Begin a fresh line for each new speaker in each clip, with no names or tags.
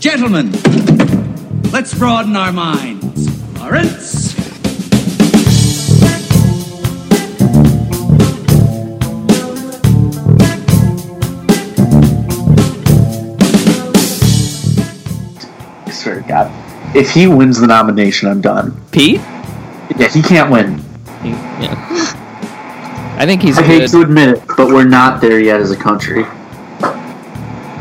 Gentlemen, let's broaden our minds. Lawrence?
I swear to God. If he wins the nomination, I'm done.
Pete?
Yeah, he can't win.
He- Yeah. I think he's
I hate
good.
to admit it, but we're not there yet as a country.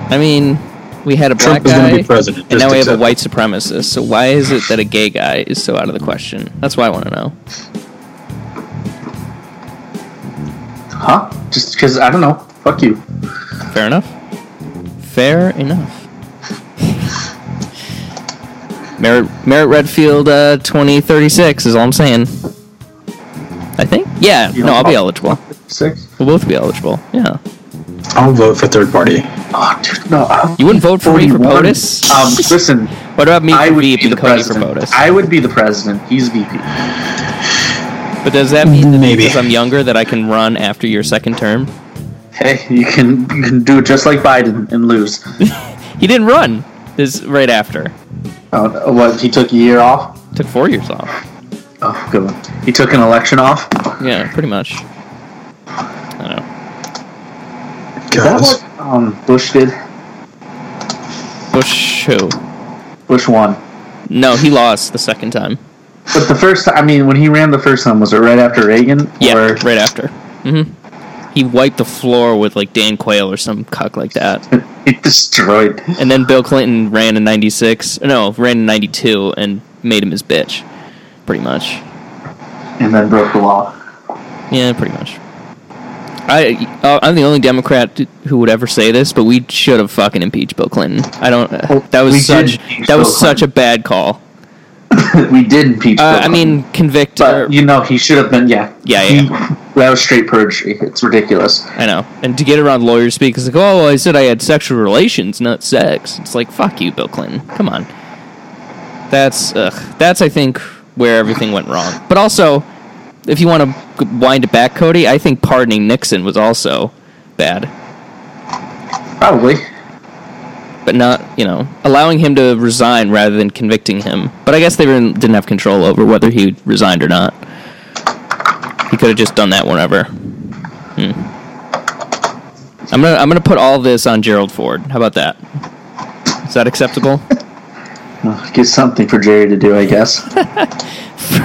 I mean, we had a black
Trump is going to
guy,
be president.
and
Just
now we have a
accept
white supremacist. So why is it that a gay guy is so out of the question? That's why I want to know.
Huh? Just because, I don't know. Fuck you.
Fair enough. Fair enough. Merritt, Merritt Redfield uh, 2036 is all I'm saying. I think? Yeah,
You
no,
don't
I'll be
know.
eligible.
Six?
We'll both be eligible. Yeah.
it. I'll vote for third party.
Oh, dude, no. I'll
You wouldn't vote for me for
41.
POTUS?
Um, listen,
What about me
I
for
would
Veep
be the
and Cody for
president.
POTUS?
I would be the president. He's VP.
but does that mean that
Maybe.
because I'm younger that I can run after your second term?
Hey, you can you can do it just like Biden and lose.
He didn't run this right after.
Uh, what? He took a year off.
Took four years off.
Oh, good one. He took an election off.
Yeah, pretty much. I don't know.
Is that
Guys,
what um, Bush did?
Bush who?
Bush won.
No, he lost the second time.
But the first, I mean, when he ran the first time, was it right after Reagan?
Yeah,
Or,
right after. hmm He wiped the floor with like Dan Quayle or some cuck like that.
he destroyed.
And then Bill Clinton ran in '96. No, ran in '92 and made him his bitch, pretty much.
And then broke the law.
Yeah, pretty much. I uh, I'm the only Democrat who would ever say this, but we should have fucking impeached Bill Clinton. I don't. uh,
Well,
that
Oh, we
was
did
such
impeach
that
Bill
was such a bad call.
we did impeach.
Uh,
Bill
I mean, convict.
Clinton.
or-
but you know, he should have been. Yeah.
Yeah,
He-
yeah.
That was straight perjury. It's ridiculous.
I know. And to get around lawyers speak, it's like, oh, well, I said I had sexual relations, not sex. It's like, fuck you, Bill Clinton. Come on. That's, ugh. That's, I think, where everything went wrong. But also, if you want to wind it back, Cody, I think pardoning Nixon was also bad.
Probably.
But not, you know, allowing him to resign rather than convicting him. But I guess they didn't didn't have control over whether he resigned or not. He could have just done that whenever. Hmm. I'm gonna I'm gonna put all this on Gerald Ford. How about that? Is that acceptable?
Ugh, Get something for Jerry to do, I guess.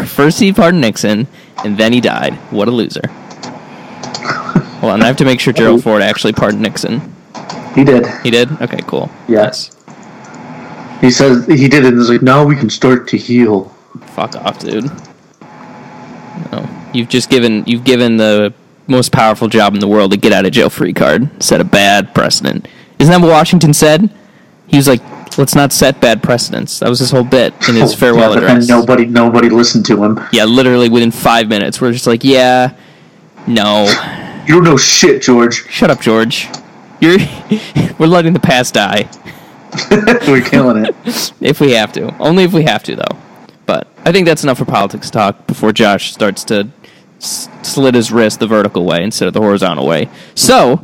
First he pardoned Nixon, and then he died. What a loser. Well, and I have to make sure Gerald Ford actually pardoned Nixon.
he did.
He did. Okay, cool.
Yes. He says he did it. And he's like, now we can start to heal.
Fuck off, dude. No. You've just given you've given the most powerful job in the world to get out of jail free card. Set a bad precedent. Isn't that what Washington said? He was like, "Let's not set bad precedents." That was his whole bit in his farewell
Oh, yeah, but then
address.
nobody, nobody listened to him.
yeah, literally within five minutes, we're just like, "Yeah, no,
You don't know shit, George.
shut up, George. You're we're letting the past die
We're killing it.
if we have to. Only if we have to, though." But I think that's enough for politics talk before Josh starts to s- slit his wrist the vertical way instead of the horizontal way. So,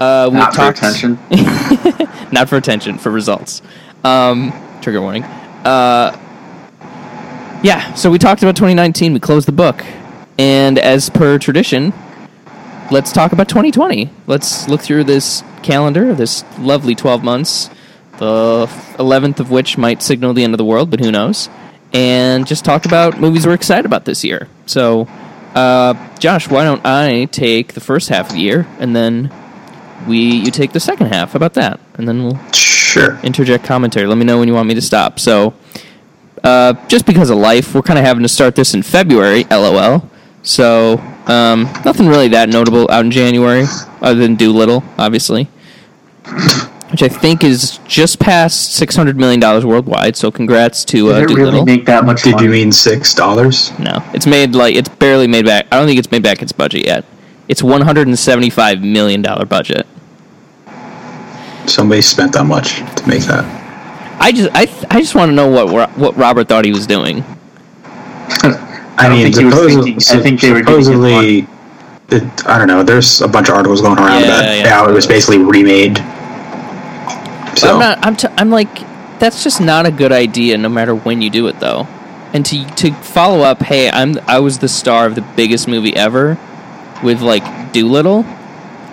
uh, we
Not for
talked
attention.
not for attention, for results. Um, trigger warning. Uh, yeah, so we talked about 2019. We closed the book, and as per tradition, let's talk about 2020. Let's look through this calendar, this lovely 12 months, the 11th of which might signal the end of the world, but who knows? And just talk about movies we're excited about this year. So, uh, Josh, why don't I take the first half of the year, and then we you take the second half? How about that? And then we'll
Sure.
interject commentary. Let me know when you want me to stop. So, uh, just because of life, we're kind of having to start this in February, lol. So, um, nothing really that notable out in January, other than Doolittle, obviously, which I think is just past six hundred million dollars worldwide. So, congrats to uh,
Did it
Doolittle.
really make that much
Did
money?
you mean six dollars?
no, it's made like it's barely made back. I don't think it's made back its budget yet. It's one hundred and seventy-five million dollar budget.
Somebody spent that much to make that.
I just, I, th- I just want to know what Ro- what Robert thought he was doing.
I, don't think he was
supposedly-
thinking. I think they were getting his money.
supposedly. It, I don't know. There's a bunch of articles going around
Yeah,
about
yeah.
how it was basically remade.
But
So
I'm not. I'm. T- I'm like. that's just not a good idea no matter when you do it though. And to to follow up, hey, I'm I was the star of the biggest movie ever with like Doolittle.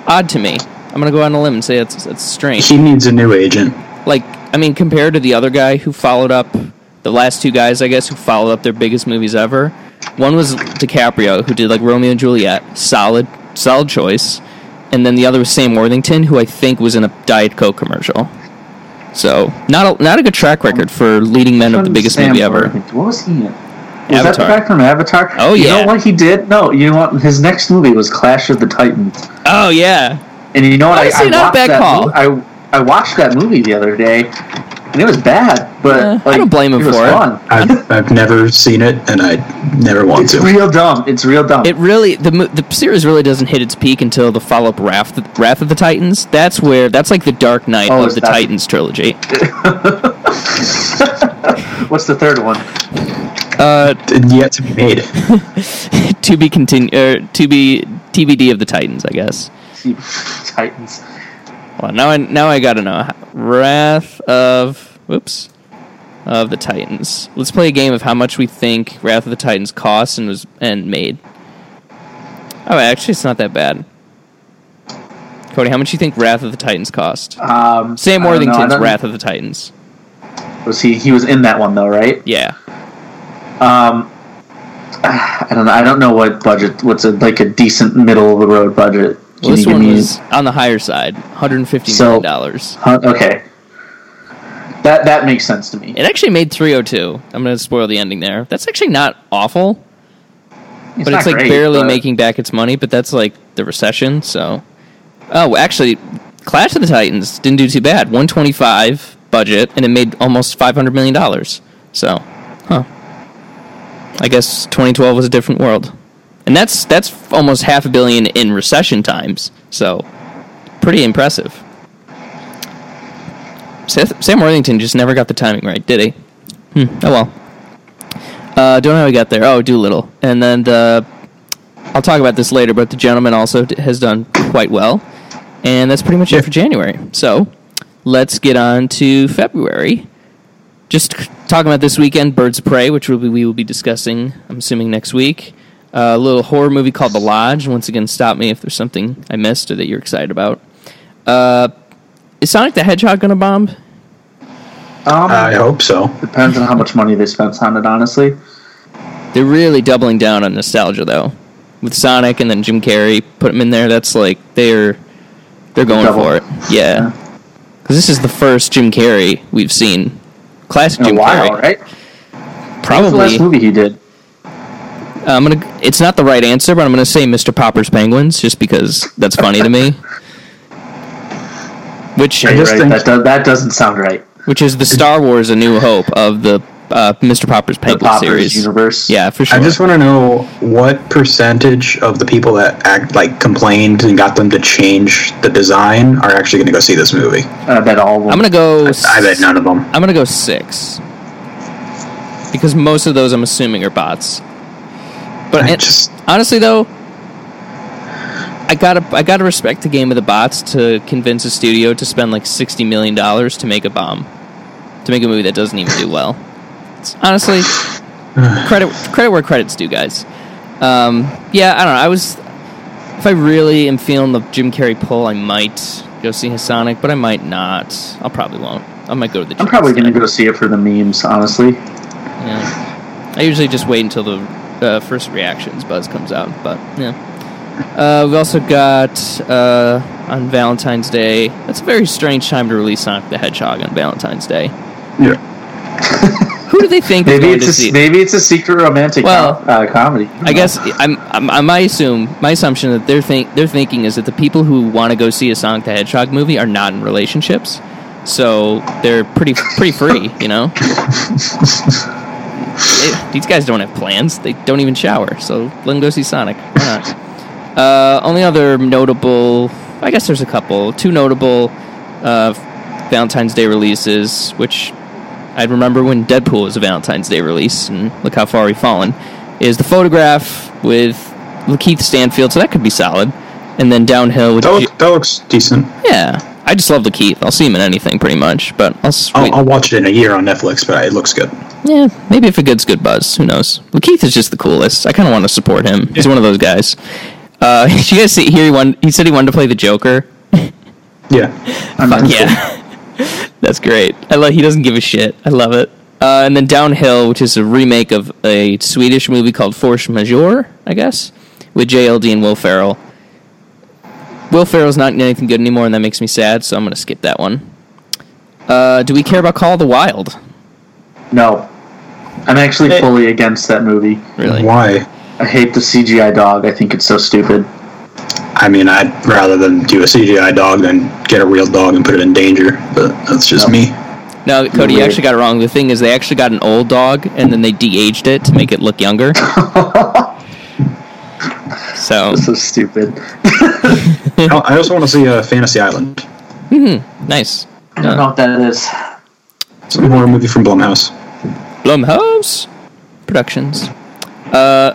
Odd to me. I'm gonna go on a limb and say that's that's strange.
He needs a new agent.
Like I mean, compared to the other guy who followed up the last two guys, I guess, who followed up their biggest movies ever. One was DiCaprio, who did like Romeo and Juliet, solid solid choice. And then the other was Sam Worthington, who I think was in a Diet Coke commercial. So not a, not a good track record for leading men of the biggest
Sam
movie ever.
Worthington. What was he in? Was that the
Avatar.
guy from Avatar?
Oh,
You
yeah.
know what he did? No, you know what? His next movie was Clash of the Titans.
Oh yeah,
And you know what? I,
Honestly,
I
not a
watched
bad
that
call.
mo- I I watched that movie the other day, and it was bad. But
Eh, I
like,
don't blame him
it was
for it.
fun.
I've, I've never seen it, and I never want
It's
to.
real dumb. It's real dumb.
it really the mo- the series really doesn't hit its peak until the follow up Wrath Wrath of the Titans. That's where that's like the Dark Knight
Oh,
of
is
the
that-
Titans trilogy.
What's the third one?
Uh,
Yet to be made.
to be continu- er, to be TBD of the Titans, I guess.
Titans.
Well, now I now I gotta know Wrath of whoops of the Titans. Let's play a game of how much we think Wrath of the Titans cost and was and made. Oh, actually, it's not that bad. Cody, how much you think Wrath of the Titans cost?
Um,
Sam
I don't know, I
Worthington's
don't-
Wrath of the Titans.
Was he? He was in that one though, right?
Yeah,
Um, I don't know. I don't know what budget. What's a, like a decent middle of the road budget? Can
well, this
you give
one
me-
was on the higher side, 150
So-
million dollars.
Huh, okay. That that makes sense to me.
It actually made 302. I'm gonna spoil the ending there. That's actually not awful. but
not
it's like
great,
barely
but-
making back its money. But that's like the recession. So, oh, actually, Clash of the Titans didn't do too bad. One twenty five budget, and it made almost five hundred million dollars. So, huh? I guess twenty twelve was a different world, and that's that's almost half a billion in recession times. So, pretty impressive. Seth, Sam Worthington just never got the timing right, did he? Hmm, oh well. Uh, don't know how we got there. Oh, Doolittle, and then the. I'll talk about this later, but the gentleman also d- has done quite well, and that's pretty much it for January. So, let's get on to February. Just c- talking about this weekend, Birds of Prey, which will be, we will be discussing. I'm assuming next week. Uh, a little horror movie called The Lodge. Once again, stop me if there's something I missed or that you're excited about. Uh, is Sonic the Hedgehog gonna bomb?
Um,
I hope so.
depends on how much money they spent on it. Honestly,
They're really doubling down on nostalgia though. With Sonic and then Jim Carrey, put him in there. That's like they're they're going
Double.
for it. Yeah,
Yeah.
because this is the first Jim Carrey we've seen. Classic
in a
Jim
while,
Carrey,
right? What's the
probably.
last movie he did?
I'm gonna. It's not the right answer, but I'm gonna say Mr. Popper's Penguins just because that's funny to me. Which
I just
right?
think-
that, do, that doesn't sound right.
which is the Star Wars: A New Hope of the uh, Mr. Popper's
The
Penguins
Poppers
series.
universe.
Yeah, for sure.
I just want to know what percentage of the people that act like complained and got them to change the design are actually going to go see this movie.
I bet all of them.
I'm gonna go.
I bet none of them.
I'm gonna go six because most of those I'm assuming are bots. But
I
it-
just-
honestly, though, I gotta I gotta respect the game of the bots to convince a studio to spend like sixty million dollars to make a bomb, to make a movie that doesn't even do well. It's, honestly, credit credit where credits due, guys. Um, yeah, I don't know. I was if I really am feeling the Jim Carrey pull, I might go see Sonic, but I might not. I'll probably won't. I might go to the.
I'm
gym
probably
instead.
gonna go see it for the memes. Honestly,
Yeah. I usually just wait until the uh, first reactions buzz comes out, but yeah. Uh, we also got uh, on Valentine's Day. That's a very strange time to release Sonic the Hedgehog on Valentine's Day.
Yeah.
Who do they think is
maybe
going
it's
to
a,
see?
s- maybe it's a secret romantic
Well,
com- uh, comedy.
I guess I'm, I'm, I might assume my assumption that they're think they're thinking is that the people who want to go see a Sonic the Hedgehog movie are not in relationships, so they're pretty pretty free, you know. They- these guys don't have plans; they don't even shower, so let them go see Sonic. Why not? Uh, only other notable, I guess there's a couple, two notable uh, Valentine's Day releases, which I remember when Deadpool was a Valentine's Day release, and look how far we've fallen. Is the photograph with Lakeith Stanfield, so that could be solid, and then downhill with
That,
Ju-
look, that looks decent.
yeah. I just love Lakeith. I'll see him in anything pretty much, but I'll, s- wait.
I'll, I'll watch it in a year on Netflix, but it looks good.
yeah, maybe if it gets good buzz, who knows? Lakeith is just the coolest. I kind of want to support him. He's one of those guys. Uh, did you guys see here? He won. He said he wanted to play the Joker.
Yeah,
I'm
Fuck yeah. That's great. I love he doesn't give a shit. I love it. Uh, and then Downhill, which is a remake of a Swedish movie called Force Majeure, I guess, with JLD and Will Ferrell. Will Ferrell's not in anything good anymore, and that makes me sad, so I'm going to skip that one. Uh, do we care about Call of the Wild?
No, I'm actually
Hey.
fully against that movie.
Really?
why?
I hate the CGI dog. I think it's so stupid.
I mean, I'd rather than do a CGI dog than get a real dog and put it in danger. But that's just
Yep.
me.
No, Cody, you
Weird.
actually got it wrong. The thing is, they actually got an old dog, and then they de-aged it to make it look younger. so
It's so stupid.
I I also want to see uh, Fantasy Island.
nice.
I don't know what that is.
It's a horror movie from Blumhouse.
Blumhouse Productions. Uh,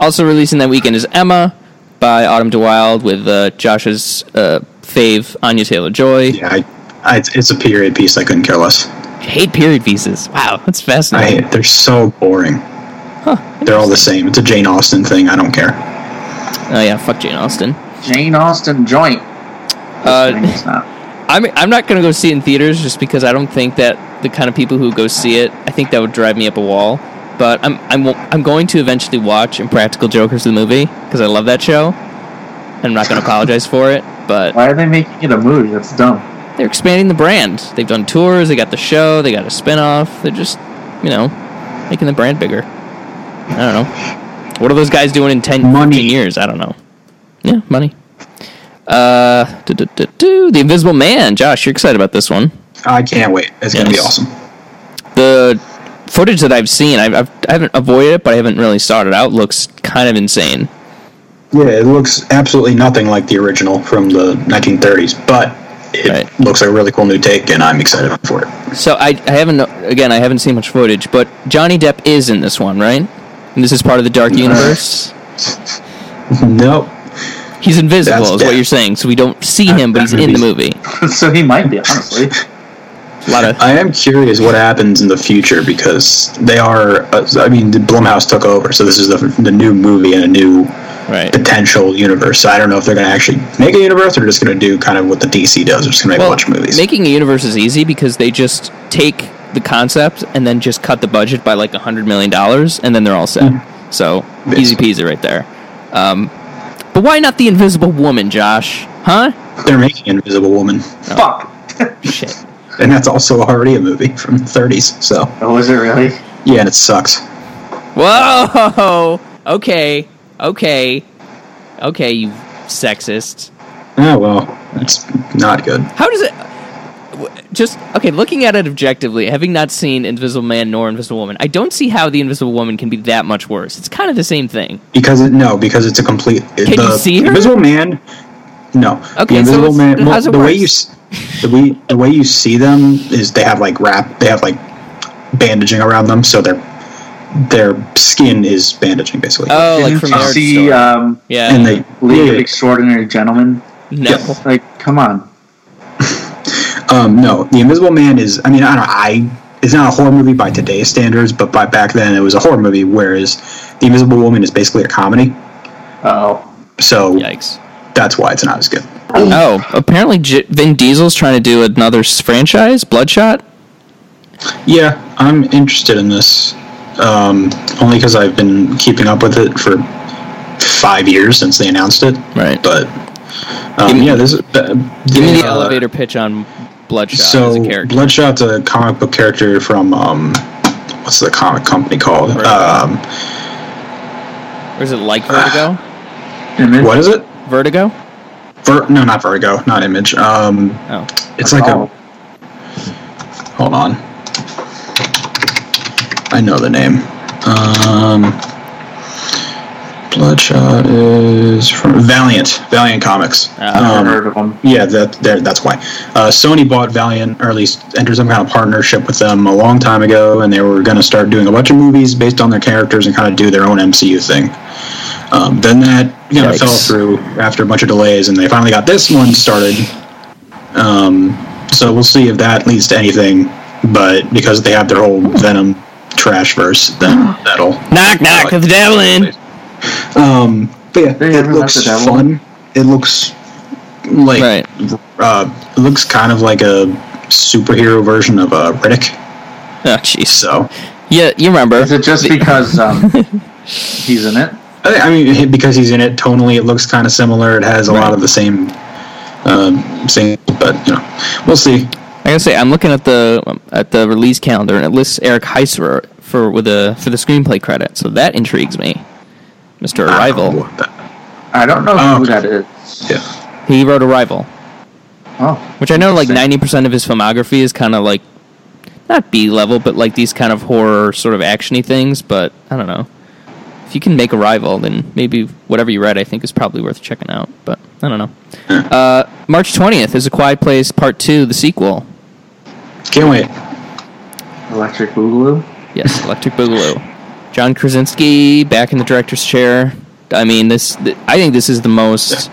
also releasing that weekend is Emma by Autumn DeWilde with uh, Josh's uh, fave Anya Taylor Joy.
Yeah, I, I, it's, it's a period piece. I couldn't care less.
Hate period pieces. Wow, that's
I
fascinating.
hate it. They're so boring. They're all the same. It's a Jane Austen thing. I don't care.
oh yeah, fuck Jane Austen.
Jane Austen joint.
Uh,
it's not.
I'm I'm not gonna go see it in theaters just because I don't think that the kind of people who go see it, I think that would drive me up a wall. But I'm I'm I'm going to eventually watch Impractical Jokers the movie because I love that show. I'm not gonna apologize for it, but
Why are they making it a movie? That's dumb.
they're expanding the brand. They've done tours, they got the show, they got a spin-off. They're just, you know, making the brand bigger. I don't know. What are those guys doing in 10
Money.
15 years? I don't know. Yeah, money. Uh, du-du-du-du, The Invisible Man. Josh, you're excited about this one.
I can't wait. It's gonna be
Yes.
awesome.
The footage that I've seen, I've, I've, I haven't avoided it, but I haven't really started out, looks kind of insane.
Yeah, it looks absolutely nothing like the original from the 1930s, but it
Right.
looks like a really cool new take, and I'm excited for it.
So I, I haven't, again, I haven't seen much footage, but Johnny Depp is in this one, right? And this is part of the Dark Universe.
Nope.
He's invisible,
That's
is what
dead.
you're saying. So we don't see
That-
him, but
that
he's in the
movie's-
movie.
so he might be, honestly.
A lot of
I am curious what happens in the future because they are. Uh, I mean, the Blumhouse took over, so this is the, the new movie and a new
right.
potential universe. So I don't know if they're going to actually make a universe or they're just going to do kind of what the DC does, they're just going to make a bunch of movies.
making a universe is easy because they just take the concept and then just cut the budget by like a hundred million dollars, and then they're all set.
Mm-hmm.
So easy peasy right there. Um, but why not the Invisible Woman, Josh? Huh?
they're making Invisible Woman,
Fuck.
Shit.
and that's also already a movie from the 30s. So
Oh, was it really?
yeah, and it sucks.
Whoa. Okay. Okay. Okay. You sexist.
Oh well, it's not good.
How does it? w- Just okay. Looking at it objectively, having not seen Invisible Man nor Invisible Woman, I don't see how the Invisible Woman can be that much worse. It's kind of the same thing.
Because it, no, because it's a complete.
Can you see her?
Invisible Man. No.
Okay,
The
so
Invisible
it's-
Man.
then
well,
how's it
the way
works?
you s- the way the way you see them is they have like wrap. They have like bandaging around them, so their their skin is bandaging basically.
Oh, like
Didn't
from
you
Marriage
see
Story.
um,
yeah.
uh, and they
League
yeah,
of Extraordinary Gentlemen?
no.
yes.
Like, come on.
um no the Invisible Man is. I mean I don't I. It's not a horror movie by today's standards, but by back then it was a horror movie. Whereas the Invisible Woman is basically a comedy,
Oh,
so
Yikes.
that's why it's not as good.
Oh, apparently J- Vin Diesel's trying to do another s- franchise, Bloodshot.
Yeah, I'm interested in this. Um, only because I've been keeping up with it for five years since they announced it.
Right.
But um, yeah, this is. Uh,
Give me the elevator pitch on Bloodshot as
So
a character.
Bloodshot's a comic book character from um, what's the comic company called?
Right.
Um,
or is it like Vertigo?
image.
what is it?
Vertigo?
Ver- no, not Vertigo, not Image. Um,
Oh.
it's like
Oh.
a. Hold on. I know the name. Um, Bloodshot is from Valiant, Valiant Comics.
Ah.
Um,
Uh, heard of them.
yeah, that that- that's why. Uh, Sony bought Valiant, or at least entered some kind of partnership with them a long time ago, and they were going to start doing a bunch of movies based on their characters and kind of do their own MCU thing. Um, then that you know
Yikes.
fell through after a bunch of delays, and they finally got this one started. Um, so we'll see if that leads to anything. But because they have their whole Venom trash verse, then that'll.
Knock, knock, the devil in.
Um, but yeah,
They
it
haven't
looks
left it that
fun. It looks like
Right.
uh, it looks kind of like a superhero version of uh, Riddick.
Oh, jeez.
So
Yeah, you remember.
Is it just because um, he's in it?
I I mean, because he's in it tonally, it looks kind of similar. It has a lot
Right.
of the same um, same, but you know, we'll see.
I gotta say, I'm looking at the um, at the release calendar, and it lists Eric Heiser for with a for the screenplay credit. So that intrigues me. Mr.
Ah,
Arrival.
I don't know who
Oh.
that is.
Yeah.
He wrote Arrival,
Oh,
which I know like
Interesting.
90% of his filmography is kind of like not B level, but like these kind of horror sort of actiony things. But I don't know. If you can make Arrival, then maybe whatever you read, I think is probably worth checking out. But I don't know. Uh, March 20th is A Quiet Place Part Two, the sequel.
Can't wait.
Electric Boogaloo.
Yes, Electric Boogaloo. John Krasinski back in the director's chair. I mean, this. th- I think this is the most.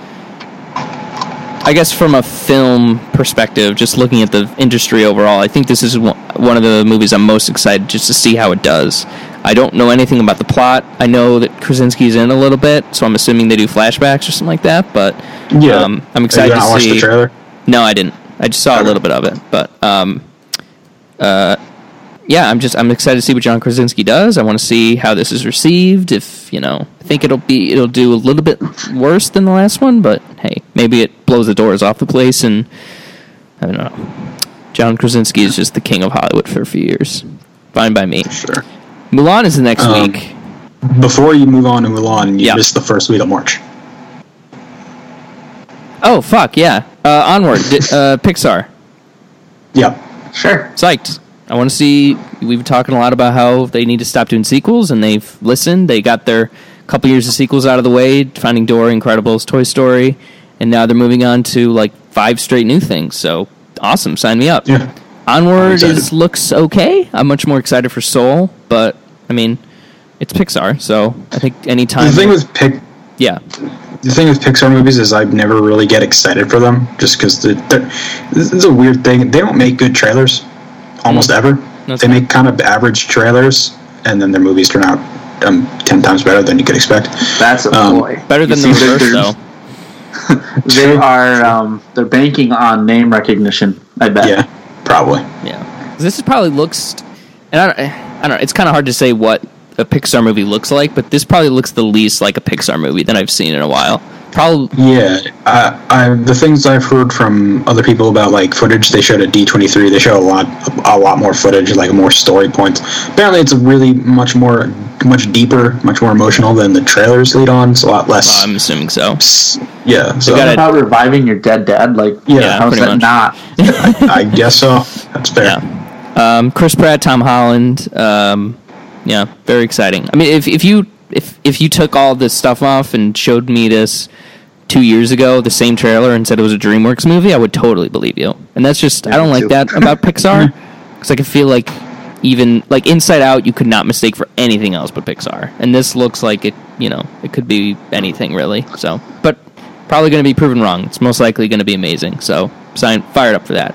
I guess from a film perspective, just looking at the industry overall, I think this is one one of the movies I'm most excited just to see how it does. I don't know anything about the plot. I know that Krasinski's in a little bit, so I'm assuming they do flashbacks or something like that. But um, I'm
Have you
excited
not
to
watched
see.
the trailer.
No, I didn't. I just saw a
Okay.
little bit of it, but um, uh, yeah, I'm just I'm excited to see what John Krasinski does. I want to see how this is received. If you know, I think it'll be it'll do a little bit worse than the last one, but hey, maybe it blows the doors off the place, and I don't know. John Krasinski is just the king of Hollywood for a few years. Fine by me.
Sure.
Mulan is the next
Um,
week.
Before you move on to Mulan, you
Yeah.
missed the first week of March.
Oh fuck yeah! Uh, onward, di- uh, Pixar.
Yeah.
Sure.
psyched. I want to see. We've been talking a lot about how they need to stop doing sequels, and they've listened. They got their couple years of sequels out of the way, Finding Dory, Incredibles, Toy Story, and now they're moving on to like five straight new things. So awesome! Sign me up.
Yeah. I'm
Onward
excited.
is looks okay. I'm much more excited for Soul, but I mean, it's Pixar, so I think anytime.
The thing with pick
yeah,
the thing with Pixar movies is I never really get excited for them just because the, they're- this is a weird thing. They don't make good trailers almost ever.
Mm. That's
they
fine.
make kind of average trailers, and then their movies turn out um, ten times better than you could expect.
That's a
Um,
boy.
better
You
than
see
the
that
reverse
they're-
though.
They are. Um, they're banking on name recognition. I bet.
Yeah, probably.
Yeah, this is probably looks, and I don't, eh, I don't know. It's kind of hard to say what a Pixar movie looks like, but this probably looks the least like a Pixar movie that I've seen in a while. Probably,
Yeah, I, I, the things I've heard from other people about like footage they showed at D twenty three, they show a lot, a lot more footage, like more story points. Apparently, it's a really much more, much deeper, much more emotional than the trailers lead on. It's a lot less.
I'm assuming so.
s- yeah, so
got
What
it.
about reviving your dead dad? Like,
Yeah,
how's
pretty
that
much.
not?
I guess so. That's fair.
Yeah. Um, Chris Pratt, Tom Holland. Um, yeah, very exciting. I mean, if if you if if you took all this stuff off and showed me this two years ago, the same trailer, and said it was a DreamWorks movie, I would totally believe you. And that's just I don't
me
like
too.
that about Pixar because I can feel like even like Inside Out, you could not mistake for anything else but Pixar. And this looks like it. You know, it could be anything really. So, but probably going to be proven wrong. It's most likely going to be amazing. So, sign fired up for that.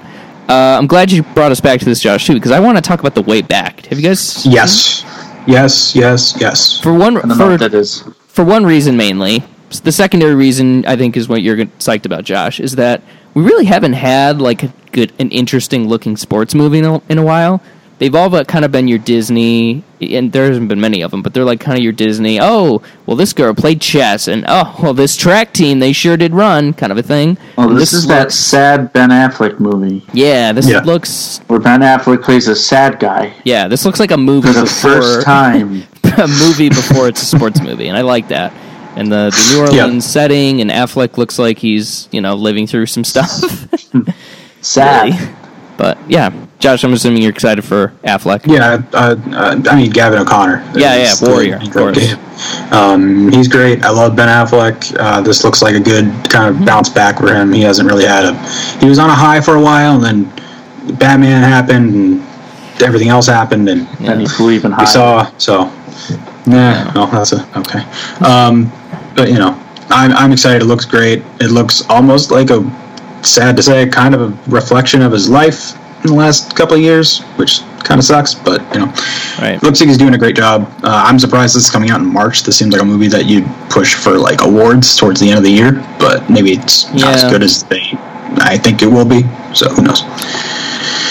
Uh, I'm glad you brought us back to this, Josh, too, because I want to talk about the way back. Have you guys?
Yes, yes, yes, yes.
For one,
I don't know
for
what that is.
for one reason mainly. S- The secondary reason I think is what you're gon- psyched about, Josh, is that we really haven't had like a good, an interesting looking sports movie in a, in a while. They've all but kind of been your Disney, and there hasn't been many of them, but they're like kind of your Disney. Oh, well, this girl played chess, and oh, well, this track team they sure did run, kind of a thing.
Oh,
And
this, is that
looks-
sad Ben Affleck movie
Yeah, this
Yeah.
looks.
where Ben Affleck plays a sad guy
Yeah, this looks like a movie
for the
before-
first time.
a movie before it's a sports movie, and I like that. And the, the New
Yeah.
Orleans setting, and Affleck looks like he's you know living through some stuff.
Sad.
really. But yeah, Josh, I'm assuming you're excited for Affleck.
Yeah, uh, uh, I mean Gavin O'Connor.
Yeah, yeah,
It's the-
Warrior, of course.
Um, he's great. I love Ben Affleck. Uh, this looks like a good kind
Mm-hmm.
of bounce back for him. He hasn't really had a. He was on a high for a while, and then Batman happened, and everything else happened, and
Then he flew even
we
higher.
saw. So, nah, no,
Uh-huh.
that's a, okay. Um, but you know, I'm I'm excited. It looks great. It looks almost like a sad to say, kind of a reflection of his life in the last couple of years, which kind of sucks. But you know,
Right.
looks like he's doing a great job. Uh, I'm surprised this is coming out in March. This seems like a movie that you'd push for like awards towards the end of the year, but maybe it's not as
Yeah.
good as they. I think it will be. So who knows?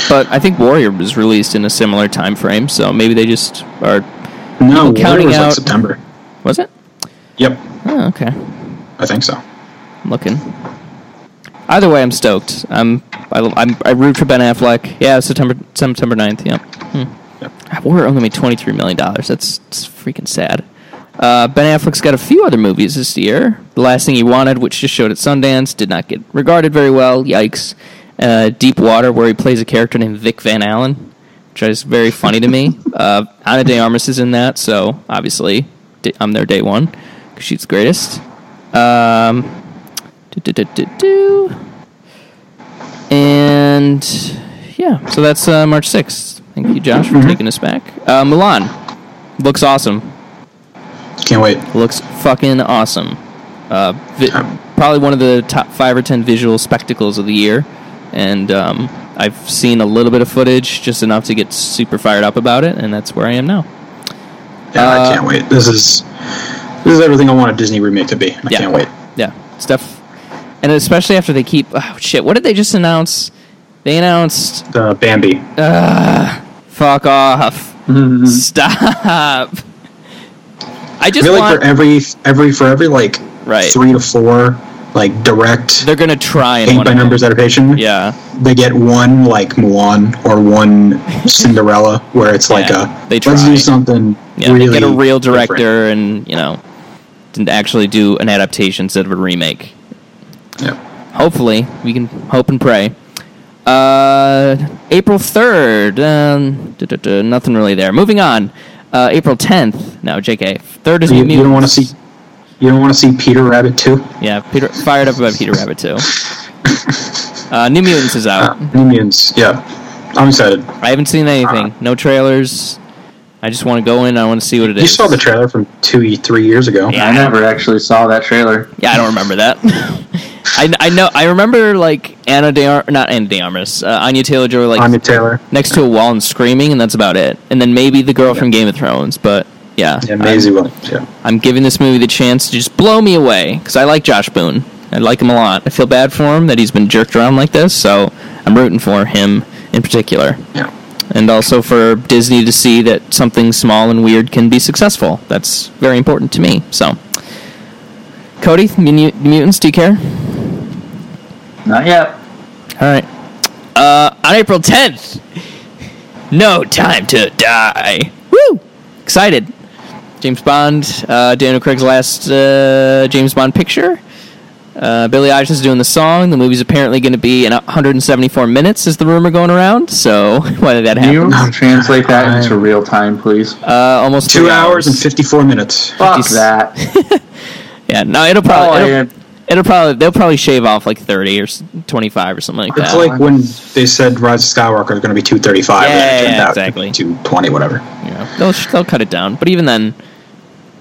But I think Warrior was released in a similar time frame, so maybe they just are.
No,
counting
counting was
out-
like September.
Was it?
Yep,
Oh, okay.
I think so.
I'm looking. Either way, I'm stoked. I'm I, I'm I root for Ben Affleck. Yeah, September September 9th. Yep. Hmm.
Yep.
Warrior only made 23 million dollars. That's, that's freaking sad. Uh, ben Affleck's got a few other movies this year. The Last Thing He Wanted, which just showed at Sundance, did not get regarded very well. Yikes. Uh, Deep Water, where he plays a character named Vic Van Allen, which is very funny to me. Uh, Anna De Armas is in that, so obviously di- I'm there day one 'cause she's the greatest. Um, do-do-do-do-do. And yeah, so that's uh, March 6th. Thank you, Josh, for taking us back. Uh, Milan looks awesome.
Can't wait.
Looks fucking awesome. Uh, vi-
Um,
probably one of the top five or ten visual spectacles of the year. And um, I've seen a little bit of footage, just enough to get super fired up about it, and that's where I am now.
Yeah,
Uh,
I can't wait. This is this is everything I want a Disney remake to be. I
Yeah.
can't wait.
Yeah, stuff. And especially after they keep. Oh, shit, what did they just announce? They announced
Uh, Bambi.
Fuck off.
Mm-hmm.
Stop. I
I
just
feel like
want
for every every for every like
Right.
three to four like direct
they're gonna try and
paint
one
by
of them.
numbers adaptation,
Yeah.
they get one like Mulan or one Cinderella where it's like
Yeah,
a
they
let's
try.
do something
Yeah.
really
they get a real director
different."
and you know didn't actually do an adaptation instead of a remake.
Yeah.
Hopefully, we can hope and pray. Uh, April third. Um, duh, duh, duh, nothing really there. Moving on. Uh, April tenth. No, J.K. Third is
You,
New
you don't want to
Mutants.
see you don't want to see Peter Rabbit too.
Yeah, Peter fired up about Peter Rabbit too. Uh, New Mutants is out.
New Mutants. Yeah, I'm excited.
I haven't seen anything. No trailers. I just want to go in. I want to see what it is.
You saw the trailer from two three years ago.
Yeah.
I never actually saw that trailer.
Yeah, I don't remember that. I, I know. I remember like Anna De Ar- not Anna De Armas, uh, Anya Taylor Joy like
Anya Taylor.
next to a wall and screaming, and that's about it. And then maybe the girl from Game of Thrones, but yeah,
Yeah,
I'm,
Maisie Williams. Yeah.
I'm giving this movie the chance to just blow me away because I like Josh Boone. I like him a lot. I feel bad for him that he's been jerked around like this, so I'm rooting for him in particular.
Yeah.
and also for Disney to see that something small and weird can be successful. That's very important to me. So, Cody, Mun- mutants, do you care?
Not yet.
All right. Uh, on April 10th, no time to die. Woo! Excited. James Bond, uh, Daniel Craig's last uh, James Bond picture. Uh, Billy Eilish is doing the song. The movie's apparently going to be in 174 minutes, is the rumor going around. So whether that
Can you
happens,
translate that into real time, please?
uh, almost
Two
three
hours and 54 minutes.
Fuck
fifty-
that.
Yeah, no, it'll
Oh,
probably
yeah.
it'll, it'll probably they'll probably shave off like thirty or twenty five or something like
It's
that.
like when they said Rise of Skywalker was going to be 235. and
Yeah,
it turned
yeah,
out
exactly.
220, whatever.
you know, they'll sh- they'll cut it down. But even then,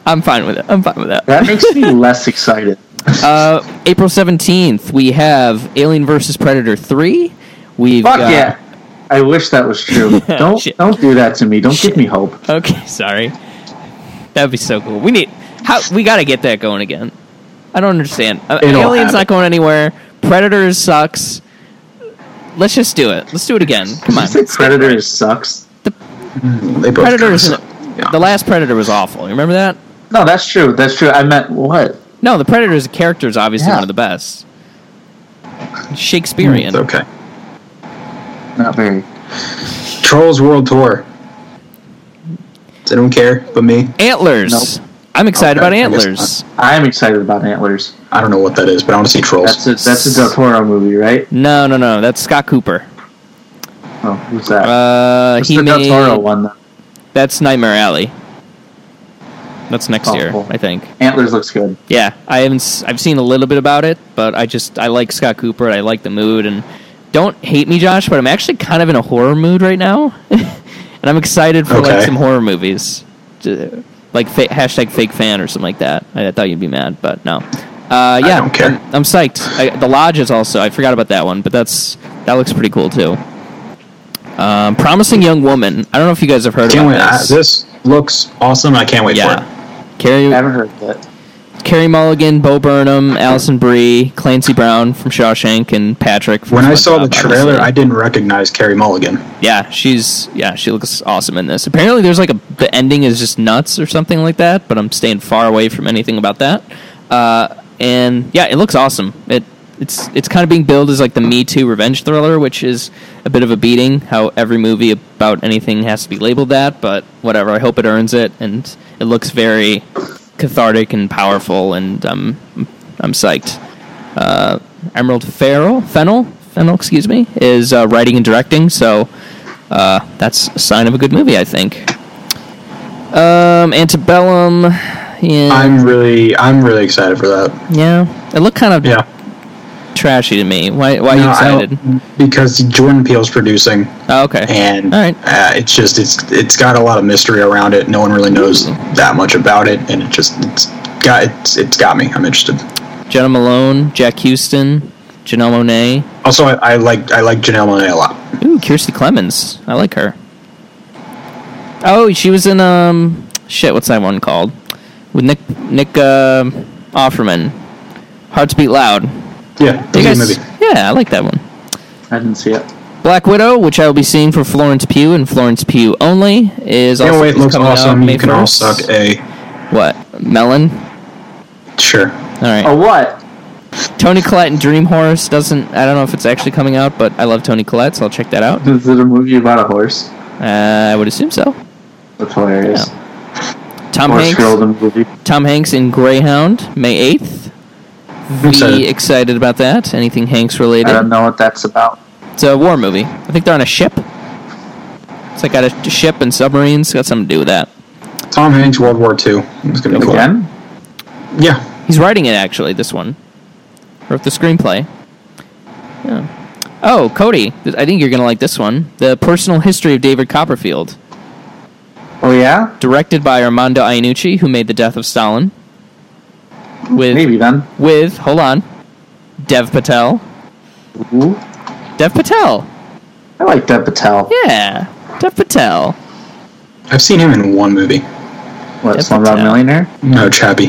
I'm fine with it. I'm fine with that.
That makes me less excited.
uh, April seventeenth, we have Alien versus Predator three. We've
Fuck
got-
yeah. I wish that was true. Don't
Shit.
don't do that to me. Don't give me hope.
Okay, sorry. That'd be so cool. We need how we got to get that going again. I don't understand. Uh,
It'll
Alien's not
happen.
going anywhere. Predators sucks. Let's just do it. Let's do it again. Come on.
Did you say Predator sucks?
They both
Predator
kinda
is
suck. Yeah.
the last Predator was awful. You remember that?
No, that's true. That's true. I meant what?
No, the Predator as a character is obviously
Yeah. Mm,
one of the best. Shakespearean.
It's okay.
Not very.
Trolls World Tour. Does anyone care but me?
Antlers.
Nope.
I'm excited
Okay,
about
I guess
Antlers.
I'm excited about Antlers.
I don't know what that is, but I want to see
That's
Trolls.
a that's a Del Toro movie, right?
No, no, no. That's Scott Cooper.
Oh, who's that?
Uh,
What's
he
the Del
made-
Toro one though?
That's Nightmare Alley. That's next
Oh,
year,
cool.
I think.
Antlers looks good.
Yeah, I haven't. s- I've seen a little bit about it, but I just I like Scott Cooper. I like the mood, and don't hate me, Josh, but I'm actually kind of in a horror mood right now, and I'm excited for like
Okay.
some horror movies, J- like fa- hashtag fake fan or something like that. I, I thought you'd be mad, but no. Uh, yeah,
don't care.
I'm, I'm psyched. I, the Lodge is also. I forgot about that one, but that's that looks pretty cool too. Um, Promising Young Woman. I don't know if you guys have heard
Can't wait.
about
I-
this.
this looks awesome. I can't wait for it.
yeah, Carrie
I haven't heard of that.
Carrie Mulligan, Bo Burnham, Allison Brie, Clancy Brown from Shawshank, and Patrick. From
When I
SpongeBob,
saw the trailer,
obviously.
I didn't recognize Carrie Mulligan.
yeah, she's yeah, she looks awesome in this. Apparently, there's like a the ending is just nuts or something like that. But I'm staying far away from anything about that. Uh, and yeah, it looks awesome. It it's it's kind of being billed as like the Me Too revenge thriller, which is a bit of a beating. How every movie about anything has to be labeled that, but whatever. I hope it earns it, and it looks very cathartic and powerful, and um, I'm psyched. Uh, Emerald Farrell, Fennel, Fennel, excuse me, is uh, writing and directing, so uh, that's a sign of a good movie, I think. Um, Antebellum, yeah,
I'm really, I'm really excited for that.
yeah, it looked kind of
Yeah,
trashy to me. Why? Why are you
No, I don't-
excited?
because Jordan Peele's producing,
Oh, okay,
and
all right,
uh, it's just it's it's got a lot of mystery around it. No one really knows that much about it, and it just it's got it's, it's got me. I'm interested.
Jenna Malone, Jack Houston, Janelle Monet,
Also, I, I like I like Janelle Monae a lot.
ooh, Kirsty Clemens. I like her. Oh, she was in um, shit. What's that one called? With Nick Nick uh, Offerman. Hearts beat loud.
Yeah,
You
it's a good
guys-
movie.
Yeah, I like that one.
I didn't see it.
Black Widow, which I will be seeing for Florence Pugh and Florence Pugh only, is also
Can't wait. Looks
coming out
awesome.
May
You can all
1st.
suck a
what melon?
sure.
All right.
Oh, what?
Tony Collette and Dream Horse doesn't. I don't know if it's actually coming out, but I love Tony Collette, so I'll check that out.
Is it a movie about a horse?
Uh, I would assume so.
That's hilarious.
Tom
Horse
Hanks.
girl, the movie.
Tom Hanks in Greyhound, May eighth.
I'm
Be
excited. Um,
excited about that. Anything Hanks
I don't
related?
know what that's about.
It's a war movie. I think they're on a ship. It's like got a ship and submarines. Got something to do with that.
Tom Hanks, World War II. It's gonna be cool.
Again?
Yeah.
He's writing it actually. This one wrote the screenplay. Yeah. Oh, Cody, th- I think you're gonna like this one. The personal history of David Copperfield,
Oh, yeah?
directed by Armando Iannucci, who made The Death of Stalin. With
Maybe then.
with hold on, Dev Patel.
Ooh.
Dev Patel.
I like Deb Patel.
Yeah, Dev Patel.
I've seen him in one movie.
What,
Deb
Slumdog
Patel.
Millionaire?
No, Chappie.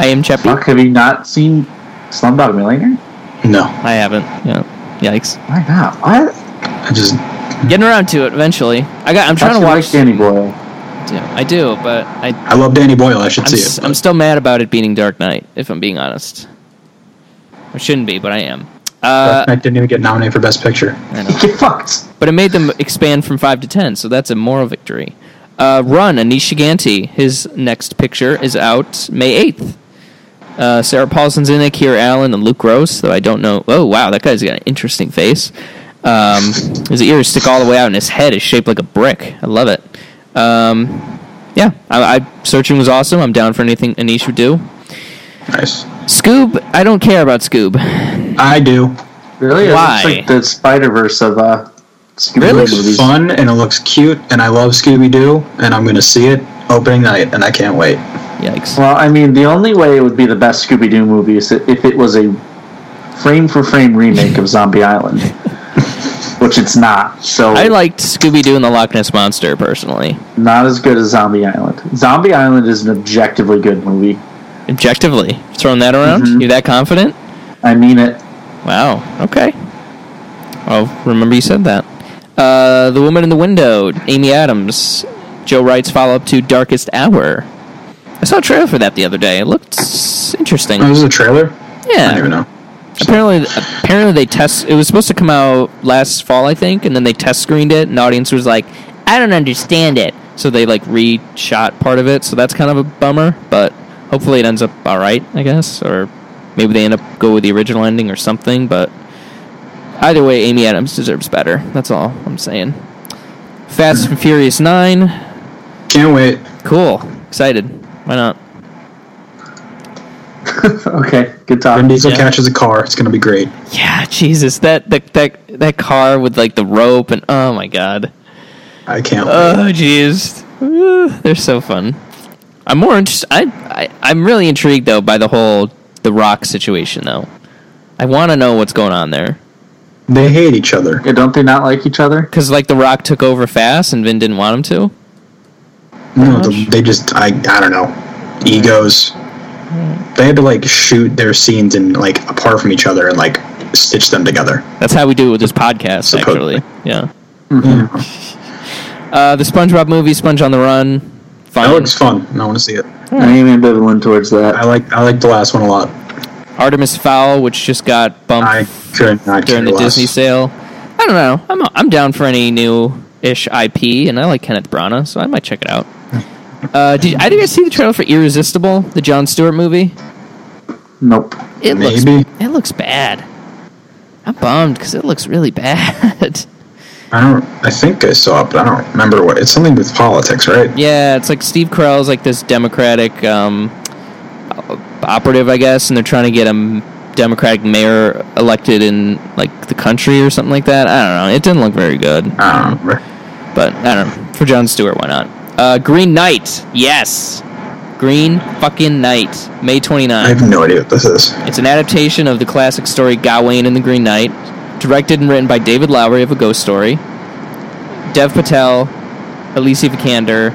I am Cheppy.
Fuck, have you not seen Slumdog Millionaire?
No,
I haven't. Yeah. Yikes.
Why not? What?
I just
Getting around to it eventually. I got. I'm
That's
trying to
what
watch.
like Danny Boyle.
Yeah, I do, but I
I love Danny Boyle. I should
I'm,
see
s-
it.
I'm still mad about it beating Dark Knight, if I'm being honest. I shouldn't be, but I am. Uh,
I didn't even get nominated for Best Picture.
I know.
Get fucked.
But it made them expand from 5 to 10, so that's a moral victory. Uh, Run, Anish Shiganti, his next picture is out May 8th. Uh, Sarah Paulson's in it, Keir Allen, and Luke Gross, though I don't know. Oh, wow, that guy's got an interesting face. Um, his ears stick all the way out, and his head is shaped like a brick. I love it. Um, yeah, I, I, searching was awesome. I'm down for anything Anish would do.
Nice.
Scoob, I don't care about Scoob.
I do.
Really? It
Why?
looks like the Spider Verse of uh, Scooby-Doo
Really?
It's
movies.
fun and it looks cute, and I love Scooby Doo, and I'm gonna see it opening night, and I can't wait.
Yikes.
Well, I mean, the only way it would be the best Scooby Doo movie is if it was a frame for frame remake of Zombie Island, which it's not. So,
I liked Scooby Doo and the Loch Ness Monster personally.
not as good as Zombie Island. Zombie Island is an objectively good movie.
Objectively, throwing that around, you that confident?
I mean it.
Wow. Okay. Oh, remember you said that. Uh, the Woman in the Window, Amy Adams, Joe Wright's follow-up to Darkest Hour. I saw a trailer for that the other day. It looked s- interesting.
Oh, this is a trailer. I don't even
Yeah.
know.
Apparently, apparently they test. It was supposed to come out last fall, I think, and then they test screened it, and the audience was like, "I don't understand it." So they like re-shot part of it. So that's kind of a bummer, but hopefully it ends up all right, I guess, or maybe they end up go with the original ending or something. But either way, Amy Adams deserves better. That's all I'm saying. Fast and Furious Nine,
Can't wait.
cool, excited. Why not?
Okay, good talk.
Vin Diesel
Yeah.
catches a car. It's gonna be great.
Yeah, Jesus, that that that that car with like the rope and oh my god.
I can't. wait.
Oh, jeez. Ooh, They're so fun. I'm more interested. I, I, I'm really intrigued, though, by the whole the Rock situation, though. I want to know what's going on there
They hate each other.
Yeah, don't they not like each other?
because like the Rock took over fast, and Vin didn't want him to.
No,
much?
the, they just I I don't know. Egos. They had to like shoot their scenes and like apart from each other and like stitch them together.
That's how we do it with this podcast,
Supposedly. Mm-hmm.
actually. Yeah. Uh, the SpongeBob movie, Sponge on the Run.
That
Fine.
looks fun. I want to see it.
Hmm.
I am ambivalent towards
I
that.
like I like the last one a lot.
Artemis Fowl, which just got bumped
I could not care
during the
less.
Disney sale. I don't know. I'm I'm down for any new ish IP, and I like Kenneth Branagh, so I might check it out. Uh, did I did you guys see the trailer for Irresistible, the John Stewart movie?
Nope.
It
Maybe.
looks it looks bad. I'm bummed because it looks really bad.
I don't. I think I saw it, but I don't remember what. It's something with politics, right?
Yeah, it's like Steve Carell's like this Democratic um, o- operative, I guess, and they're trying to get a m- Democratic mayor elected in like the country or something like that. I don't know. It didn't look very good,
I don't remember.
but I don't know. For John Stewart, why not? Uh, Green Knight, yes, Green fucking Knight, May
I
29.
have no idea what this is.
It's an adaptation of the classic story Gawain and the Green Knight, directed and written by David Lowery of A Ghost Story, Dev Patel, Alicia Vikander,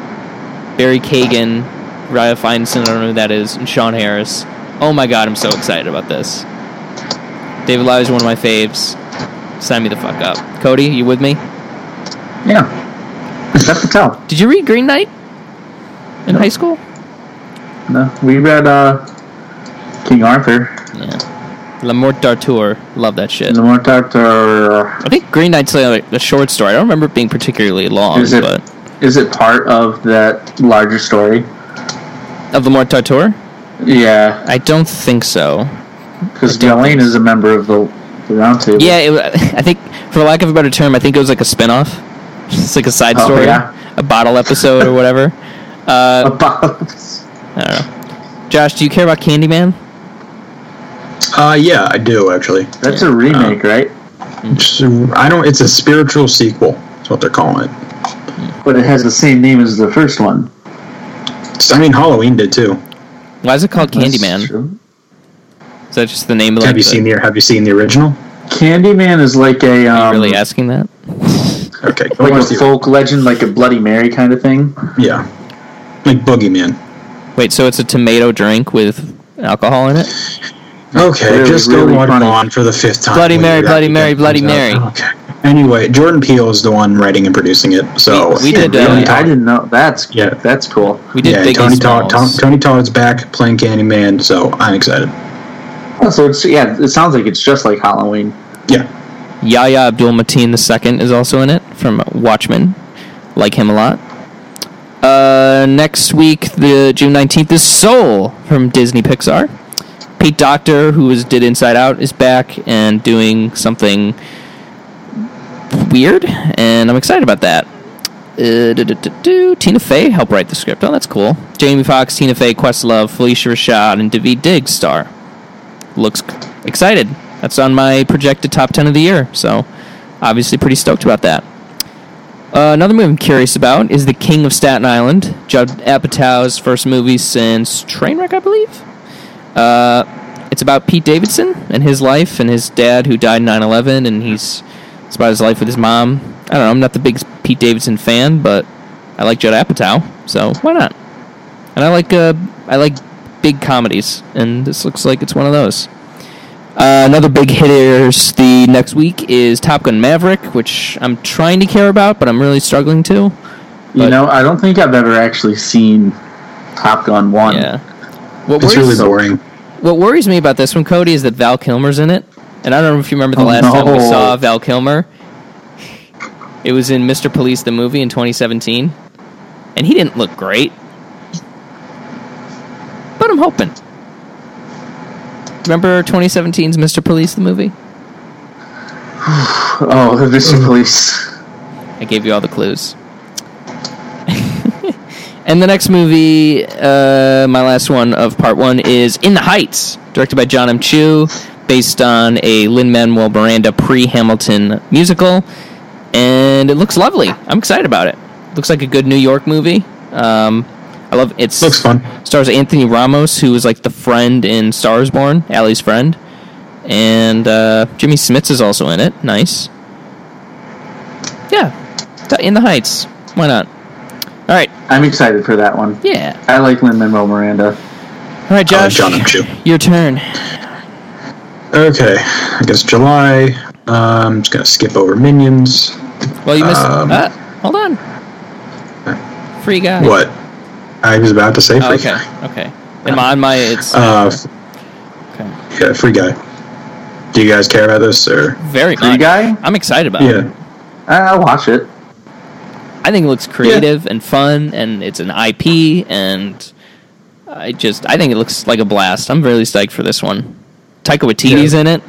Barry Kagan, Raya Feinstein, I don't know who that is, and Sean Harris. Oh my god, I'm so excited about this. David Lowery's one of my faves. Sign me the fuck up. Cody, you with me?
Yeah. Dev Patel.
Did you read Green Knight in high school?
No, we read uh, King Arthur.
Yeah. La Mort d'Arthur. Love that shit.
And the more talked
I think Green Knight's like a short story. I don't remember it being particularly long,
is it
but
is it part of that larger story?
of the Mort Tartor?
Yeah,
I don't think so.
because Gawain is a member of the, the Round Table.
Yeah, it, wa- I think for lack of a better term, I think it was like a spin-off. It's like a side
Oh,
story,
yeah.
a bottle episode or whatever. Uh,
Abominus.
I don't know. Josh, do you care about Candyman?
Uh, yeah, I do actually.
That's a
Uh,
remake, right?
Mm.
Just- I don't. It's a spiritual sequel. That's what they're calling it.
But it has the same name as the first one.
It's- I mean, Halloween did too.
Why is it called
That's
Candyman?
true.
Is that just the name of
Have
like,
you
the,
seen the Have you seen the original?
Candyman is like a um,
really asking that?
Okay, go
like
with
a
the-
folk legend, like a Bloody Mary kind of thing.
yeah, like Boogeyman.
Wait, so it's a tomato drink with alcohol in it?
Okay,
Really,
just go
really
watch
funny.
Bond for the fifth time.
Bloody
when
Mary,
that-
Bloody
that
Mary,
comes
Bloody
out.
Mary.
Okay. Anyway, Jordan Peele is the one writing and producing it. So
We- we did, uh,
really?
Tony Todd-
I didn't know. That's
Yeah.
that's cool.
We did
yeah,
Biggie
Tony Todd, Tom,
Smalls.
Tony Todd's back playing Candyman, so I'm excited.
Oh, so it's yeah, it sounds like it's just like Halloween.
Yeah,
Yahya Abdul Mateen II is also in it from Watchmen. Like him a lot. Uh, next week, the June 19th, is Soul from Disney Pixar. Pete Doctor, who was, did Inside Out, is back and doing something weird, and I'm excited about that. Uh, do, do, do, do. Tina Fey helped write the script. Oh, that's cool. Jamie Foxx, Tina Fey, Questlove, Felicia Rashad, and David Diggs star. Looks c- excited. That's on my projected top 10 of the year, so obviously pretty stoked about that. Uh, another movie I'm curious about is The King of Staten Island, Judd Apatow's first movie since Trainwreck, I believe. Uh, it's about Pete Davidson and his life and his dad who died in 9/11, and he's it's about his life with his mom. I don't know. I'm not the biggest Pete Davidson fan, but I like Judd Apatow, so why not? And I like uh, I like big comedies, and this looks like it's one of those. Uh, another big hitters the next week is Top Gun Maverick, which I'm trying to care about, but I'm really struggling to.
You
But-
know, I don't think I've ever actually seen Top Gun one.
Yeah. What
it's
worries,
really boring.
what worries me about this one, Cody, is that Val Kilmer's in it. And I don't know if you remember the
Oh,
last time
no.
we saw Val Kilmer. It was in Mr. Police the movie in 2017. And he didn't look great. But I'm hoping. Remember 2017's Mr. Police the movie?
Oh, the Mr. Police.
I gave you all the clues. and the next movie, uh, my last one of part one, is In the Heights, directed by John M. Chu, based on a Lin Manuel Miranda pre Hamilton musical. And it looks lovely. I'm excited about it. Looks like a good New York movie. Um, I love it's
Looks fun.
Stars Anthony Ramos, who was like the friend in Stars Born, Allie's friend, and uh, Jimmy Smits is also in it. Nice. Yeah, T- in the Heights. Why not? All right.
I'm excited for that one.
Yeah.
I like Lin Manuel Miranda.
All right,
I like
Josh.
John M. Chu.
your turn.
Okay, I guess July. Uh, I'm just gonna skip over Minions.
Well, you missed.
Um,
ah, hold on. Free guy.
What? I was about to say free
Oh, okay.
guy.
Okay. In my, on my, it's
Uh,
okay.
yeah, free guy. Do you guys care about this or?
very
Free
much.
guy?
I'm excited about it.
Yeah.
I- I'll watch it.
I think it looks creative and fun, and it's an IP, and I just I think it looks like a blast. I'm really psyched for this one. Taika Waititi's in it,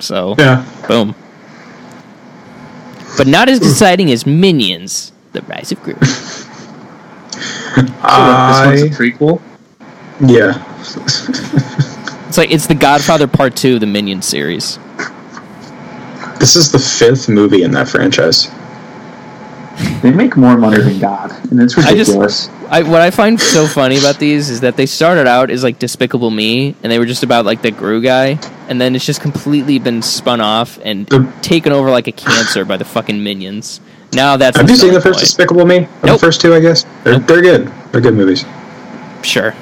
so
Yeah.
boom. But not as exciting as Minions: The Rise of Gru.
So,
I,
what, this one's a prequel.
yeah.
It's like it's the Godfather Part Two of the Minions series.
This is the fifth movie in that franchise.
They make more money than God, and it's
I just-
ridiculous.
I, what I find so funny about these is that they started out as like Despicable Me, and they were just about like the Gru guy, and then it's just completely been spun off and
The-
taken over like a cancer by the fucking minions. Now that's
Have you seen the
starting point.
first Despicable Me? Or The
Nope.
first two, I guess. They're, they're good. They're good movies.
Sure.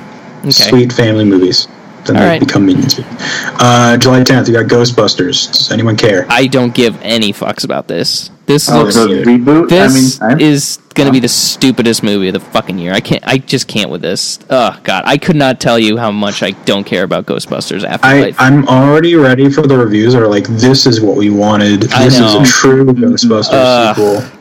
Okay.
Sweet family movies. Then
All
they
right.
become minions. Uh, July 10th, you got Ghostbusters. Does anyone care?
I don't give any fucks about this. This
Oh,
looks.
the
good.
reboot.
This
I mean, I'm,
is gonna be the stupidest movie of the fucking year. I can't. I just can't with this. Oh god, I could not tell you how much I don't care about Ghostbusters
I,
Afterlife.
I'm already ready for the reviews that are like, this is what we wanted.
I
This is
know.
a true Ghostbusters
Ugh.
sequel.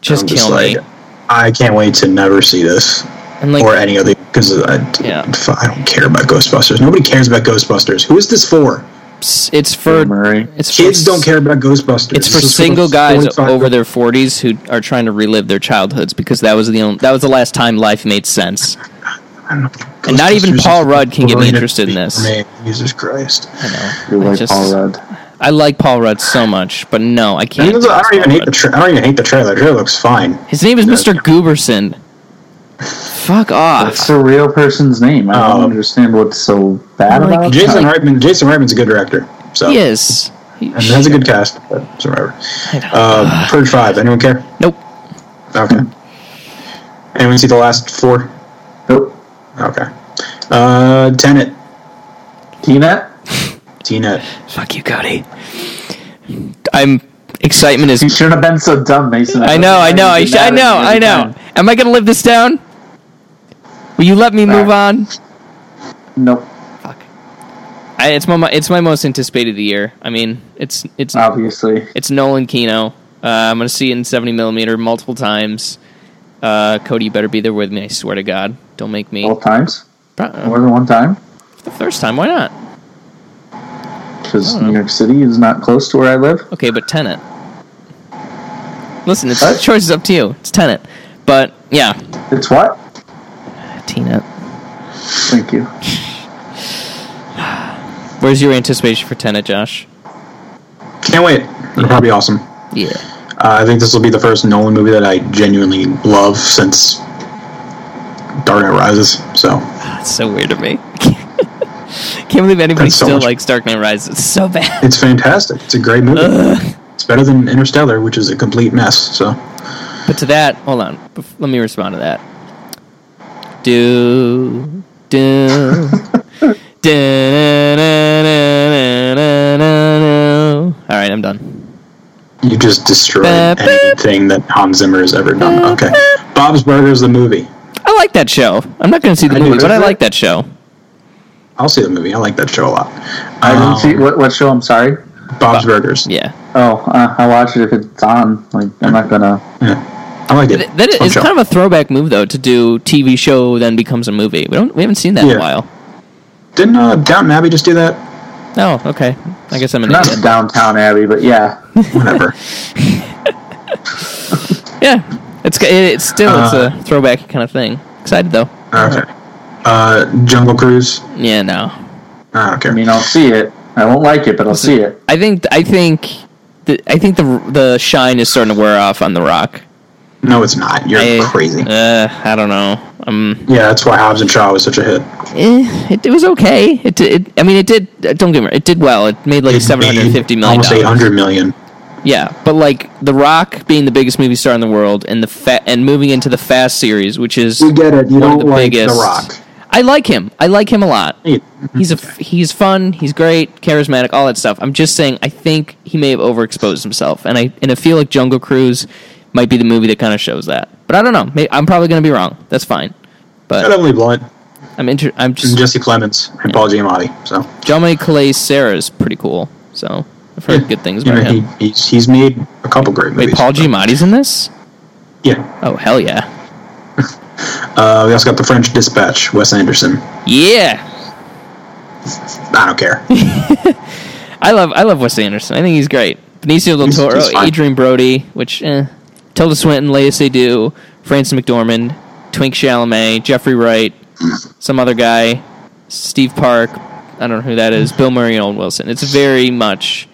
just
I'm
kill
just
me.
like, I can't wait to never see this
and like,
or any other because I,
Yeah.
f- I don't care about Ghostbusters. Nobody cares about Ghostbusters. Who is this for?
it's, it's for
Murray.
It's
Kids
for,
don't care about Ghostbusters.
It's
This
for
is the
single guys
45
over their forties who are trying to relive their childhoods because that was the only, that was the last time life made sense.
I don't know.
And not even
Ghostbusters
Paul
is
Rudd can get me
rated
interested in
for
this.
me. Jesus Christ.
You know,
you
I
like
just-
Paul Rudd.
I like Paul Rudd so much, but no, I
I
can't.
don't, I
against
don't even
Paul
hate the
Rudd.
tra- I don't even hate the trailer. The trailer looks fine.
His name is
No.
Mr. Gooberson. Fuck
That's
off.
a real person's name. I don't
Oh.
understand what's so bad
Like,
about it.
Jason Reitman. Jason Reitman's a good director. So
He is. He-
and has a good cast. But it's whatever. Uh, Purge Five. Anyone care?
nope.
Okay. Anyone see the last four?
Nope.
Okay. Uh, Tenet.
Tina?
Tenet.
Fuck you, Cody. I'm excitement
You
is.
shouldn't have been so dumb, Mason.
I know. I know. I,
You
sh-
did
I
that
know. I
every
know.
time.
Am I gonna live this down? Will you let me move on?
Nope.
Fuck. I, it's my mo- it's my most anticipated of the year. I mean, it's it's
Obviously.
it's Nolan Kino. Uh, I'm gonna see it in 70 millimeter multiple times. Uh, Cody, you better be there with me. I swear to God, don't make me.
Oh.
Both times?
Pro- uh,
More than one time?
the first time, why not?
Because
don't know.
New York City is not close to where I live.
Okay, but Tenet. Listen, it's
What?
the choice is up to you. It's Tenet, but yeah,
It's what?
Tina.
Thank you.
Where's your anticipation for Tenet, Josh?
Can't wait. It'll probably be awesome.
Yeah,
Uh, I think this will be the first Nolan movie that I genuinely love since Dark Knight Rises. So
that's so weird to me. Can't believe anybody
That's so
still
much-
likes Dark Knight Rises. It's so bad.
it's fantastic. It's a great movie. It's better than Interstellar, which is a complete mess. So
But to that, hold on. Bef- Let me respond to that. Do do. All right, I'm done.
you just destroyed
Ba- ba-
anything that Hans Zimmer has ever done. Okay, Bob's Burgers the movie.
I like that show. I'm not going to see the
I do
movie, but
too.
I like that show.
I'll see the movie. I like that show a lot.
I
Um,
didn't see what, what show. I'm sorry.
Bob's Burgers.
Yeah,
Oh, uh, I watch it if it's on. Like I'm not gonna.
Yeah. I like it.
Th- that
It's a fun
is
show.
kind of a throwback move though to do TV show then becomes a movie. We don't we haven't seen that in
Yeah.
a while.
Didn't uh, Downton Abbey just do that?
Oh, okay. I guess I'm an
Not
idiot.
downtown Abbey, but yeah.
Whatever.
Yeah, it's it, it's still
Uh,
it's a throwback kind of thing. Excited though.
okay. Uh, Jungle Cruise.
Yeah, no.
I don't care.
I mean, I'll see it. I won't like it, but I'll see it.
I think I think the, I think the the shine is starting to wear off on the Rock.
No, it's not. You're
I,
crazy.
Uh, I don't know. I'm
Yeah, that's why Hobbs and Shaw was such a hit.
Eh, it, it was okay. It, did- it I mean it did uh, don't get me wrong, it did well. It made like
It
seven hundred fifty
made
million.
almost
dollars.
eight hundred million.
Yeah, but like The Rock being the biggest movie star in the world, and the fa- and moving into the Fast series, which is
We get it. You
one of
don't
the
like
biggest.
The Rock.
I like him. I like him a lot.
Hey,
He's a f- he's fun. He's great, charismatic, all that stuff. I'm just saying, I think he may have overexposed himself, and I and I feel like Jungle Cruise might be the movie that kind of shows that. But I don't know. May I'm probably going to be wrong. That's fine.
Got
But
Emily Blunt
I'm inter- I'm
and
just
Jesse Plemons and Paul Giamatti. So
Dominic Calais Sarah is pretty cool. So I've heard good things
you
about
know, he,
him.
he's he's made a couple great movies.
Wait, Paul Giamatti's in this?
Yeah.
Oh hell yeah,
Uh, we also got The French Dispatch. Wes Anderson.
yeah.
I don't care.
I love I love Wes Anderson. I think he's great. Benicio del
He's-
Toro,
he's fine.
Adrian Brody, which eh, Tilda Swinton, Lea Seydoux, Francis McDormand, Twink Chalamet, Jeffrey Wright, some other guy, Steve Park. I don't know who that is. Bill Murray, and Owen Wilson. It's very much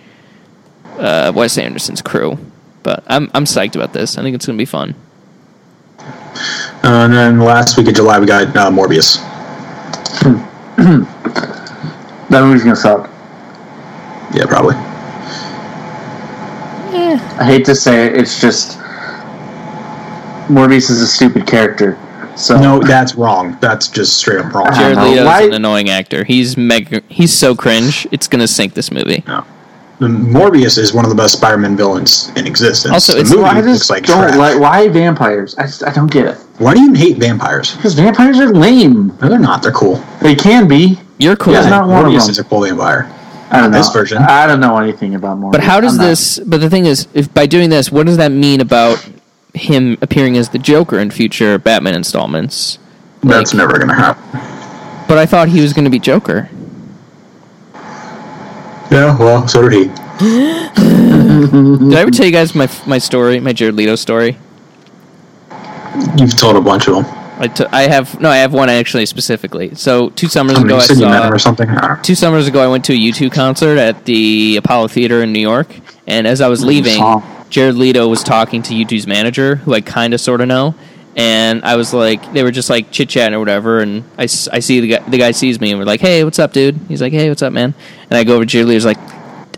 uh, Wes Anderson's crew. But I'm I'm psyched about this. I think it's gonna be fun.
Uh, and then last week of July, we got uh, Morbius.
That movie's gonna suck.
Yeah, probably.
I hate to say it, it's just Morbius is a stupid character. So
No, that's wrong. That's just straight up wrong.
Oh. Jared
know.
Leto's
Why-
an annoying actor. He's mega. He's so cringe. It's gonna sink this movie.
No. The Morbius is one of the best Spider-Man villains in existence.
Also,
the
it's-
movie
why
looks
just
like
don't
trash.
like why vampires? I, just- I don't get it.
Why do you hate vampires?
Because vampires are lame.
No, they're not. They're cool.
They can be.
You're cool.
Yeah. not one of
Morbius
them.
is a cool vampire.
I don't know.
This version.
I don't know anything about Morbius.
But how does
I'm not-
this? But the thing is, if by doing this, what does that mean about him appearing as the Joker in future Batman installments?
That's never gonna happen.
But I thought he was going to be Joker.
Yeah, well, so did he.
Did I ever tell you guys my my story, my Jared Leto story?
You've told a bunch of them.
I, t- I have no, I have one actually specifically. So two summers
I mean,
ago,
you
I
said you met him
saw
or something. I don't know.
two summers ago I went to a U2 concert at the Apollo Theater in New York, and as I was leaving,
saw.
Jared Leto was talking to U2's manager, who I kind of sort of know, and I was like, they were just like chit chatting or whatever, and I, s- I see the guy, the guy sees me and we're like, hey, what's up, dude? He's like, hey, what's up, man? And I go over to Jared Leto's like,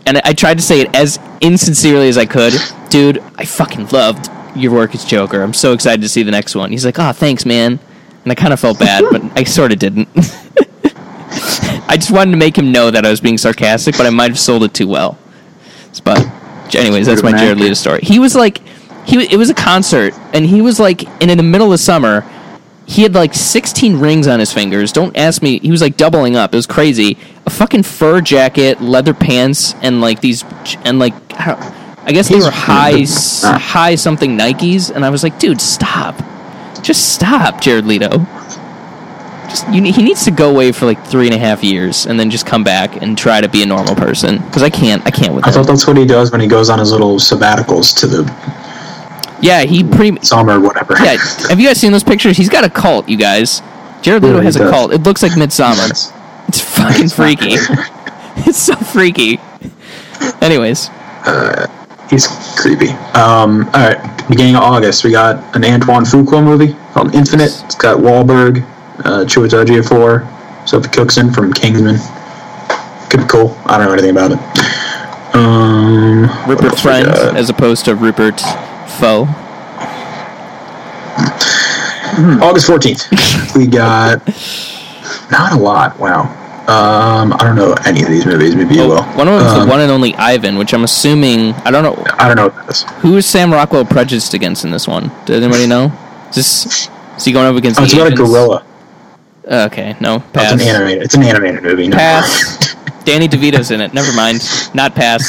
and I- I tried to say it as insincerely as I could, dude. I fucking loved your work as Joker. I'm so excited to see the next one. He's like, oh, thanks, man. And I kind of felt bad, but I sort of didn't. I just wanted to make him know that I was being sarcastic, but I might have sold it too well. But, anyways, that's my
Would've been
Jared Leto story. He was like, he wa- it was a concert, and he was like, and in the middle of summer, he had like 16 rings on his fingers. Don't ask me. He was like doubling up. It was crazy. A fucking fur jacket, leather pants, and like these, and like, I don't- I guess they
He's-
were high, s- high something Nikes, and I was like, dude, stop, just stop, Jared Leto just you, ne- he needs to go away for like three and a half years and then just come back and try to be a normal person because i can't i can't with
I
him
thought that's what he does when he goes on his little sabbaticals to the
yeah he pretty
summer or whatever.
yeah have you guys seen those pictures he's got a cult you guys jared leto
Yeah, he
has a
does.
cult it looks like midsummer it's fucking
It's not
freaky it's so freaky anyways
He's creepy. Um, all right, beginning of August, we got an Antoine Fuqua movie called Infinite. It's got Wahlberg, uh, Chiwetel Ejiofor, Sophie Cookson from Kingsman. Could be cool. I don't know anything about it. Um, what
rupert
else we
friend
got?
as opposed to rupert foe
Hmm, August fourteenth, we got not a lot. Wow. Um, I don't know any of these movies. Maybe you will.
Oh, one of them is
Um,
the one and only ivan which i'm assuming i don't know
I don't know Oh, what that is.
Who is Sam Rockwell prejudiced against in this one? Did anybody know? Is this is he going up against?
Oh, it's
the
about a
agents?
gorilla.
Uh, okay, no
Oh, it's
pass.
an animated. It's an animated movie. No.
pass. Danny DeVito's in it. Never mind. Not pass.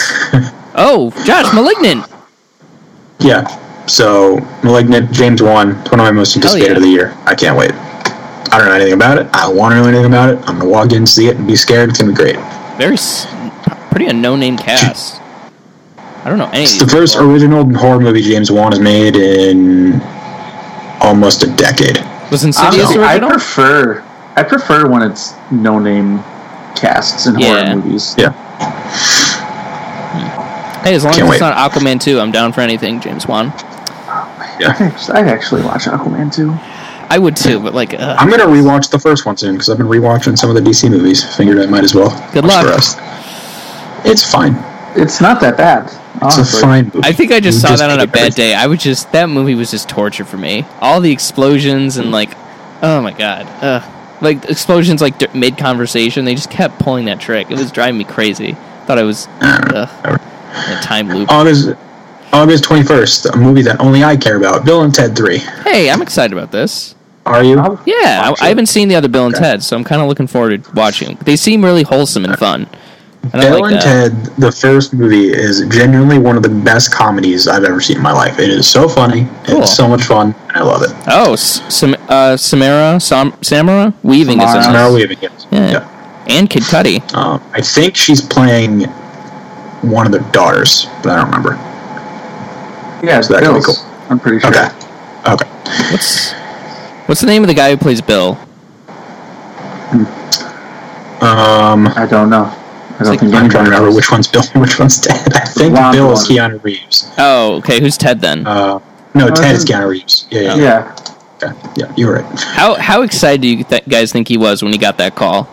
Oh, Josh, Malignant.
Yeah. So, Malignant, James Wan, it's one of my most anticipated
yeah.
of the year. I can't wait. I don't know anything about it. I don't want to know anything about it. I'm going to walk in, see it, and be scared. It's going to be great.
Very s- pretty a no name cast. I don't know any.
It's the first original horror movie James Wan has made in almost a decade.
was
Honestly,
Insidious
I
original?
prefer I prefer when it's no name casts in
Yeah.
horror movies.
Yeah.
Hey, as long as it's
Can't wait.
not Aquaman two, I'm down for anything. James Wan.
Yeah.
I'd actually watch Aquaman too.
I would too, but like, uh,
I'm gonna rewatch the first one soon because I've been rewatching some of the DC movies. Figured I might as well.
Good
watch
luck.
The rest. It's fine.
It's not that bad.
It's
Honestly.
a fine movie.
I think I just
You
saw that on
hate
a bad
everything.
day. I was just that movie was just torture for me. All the explosions and like, oh my god, Ugh. like explosions like d- mid conversation. They just kept pulling that trick. It was driving me crazy. Thought I was ugh, in a time loop.
August August 21st, a movie that only I care about. Bill and Ted 3.
Hey, I'm excited about this.
Are you?
Yeah,
Watch
I, I
it.
haven't seen the other Bill and Ted, so I'm kind of looking forward to watching. 'em. They seem really wholesome and fun. And I
Bill
like that.
and Ted, the first movie, is genuinely one of the best comedies I've ever seen in my life. It is so funny.
Cool.
It's so much fun. And I love it.
Oh, S- Sam, uh, Samara, Sam, Samara Weaving is in
Samara
Samara
this.
Weaving, yes.
Yeah.
Yeah.
and Kid Cudi.
Um, I think she's playing one of their daughters, but I don't remember.
Yeah, it's
So that could be
Bills,
cool.
I'm pretty sure.
Okay. Okay.
What's what's the name of the guy who plays Bill?
Um,
I don't know. I don't
like-
think
I'm
anybody
trying to remember
knows.
which one's Bill and which one's Ted. I think
blonde
Bill is
one.
Keanu Reeves.
Oh, okay. Who's Ted then?
Uh, no, Ted is
isn't-
Keanu Reeves. Yeah, yeah, yeah.
Yeah.
Okay. Yeah, you're right.
How how excited do you th- guys think he was when he got that call?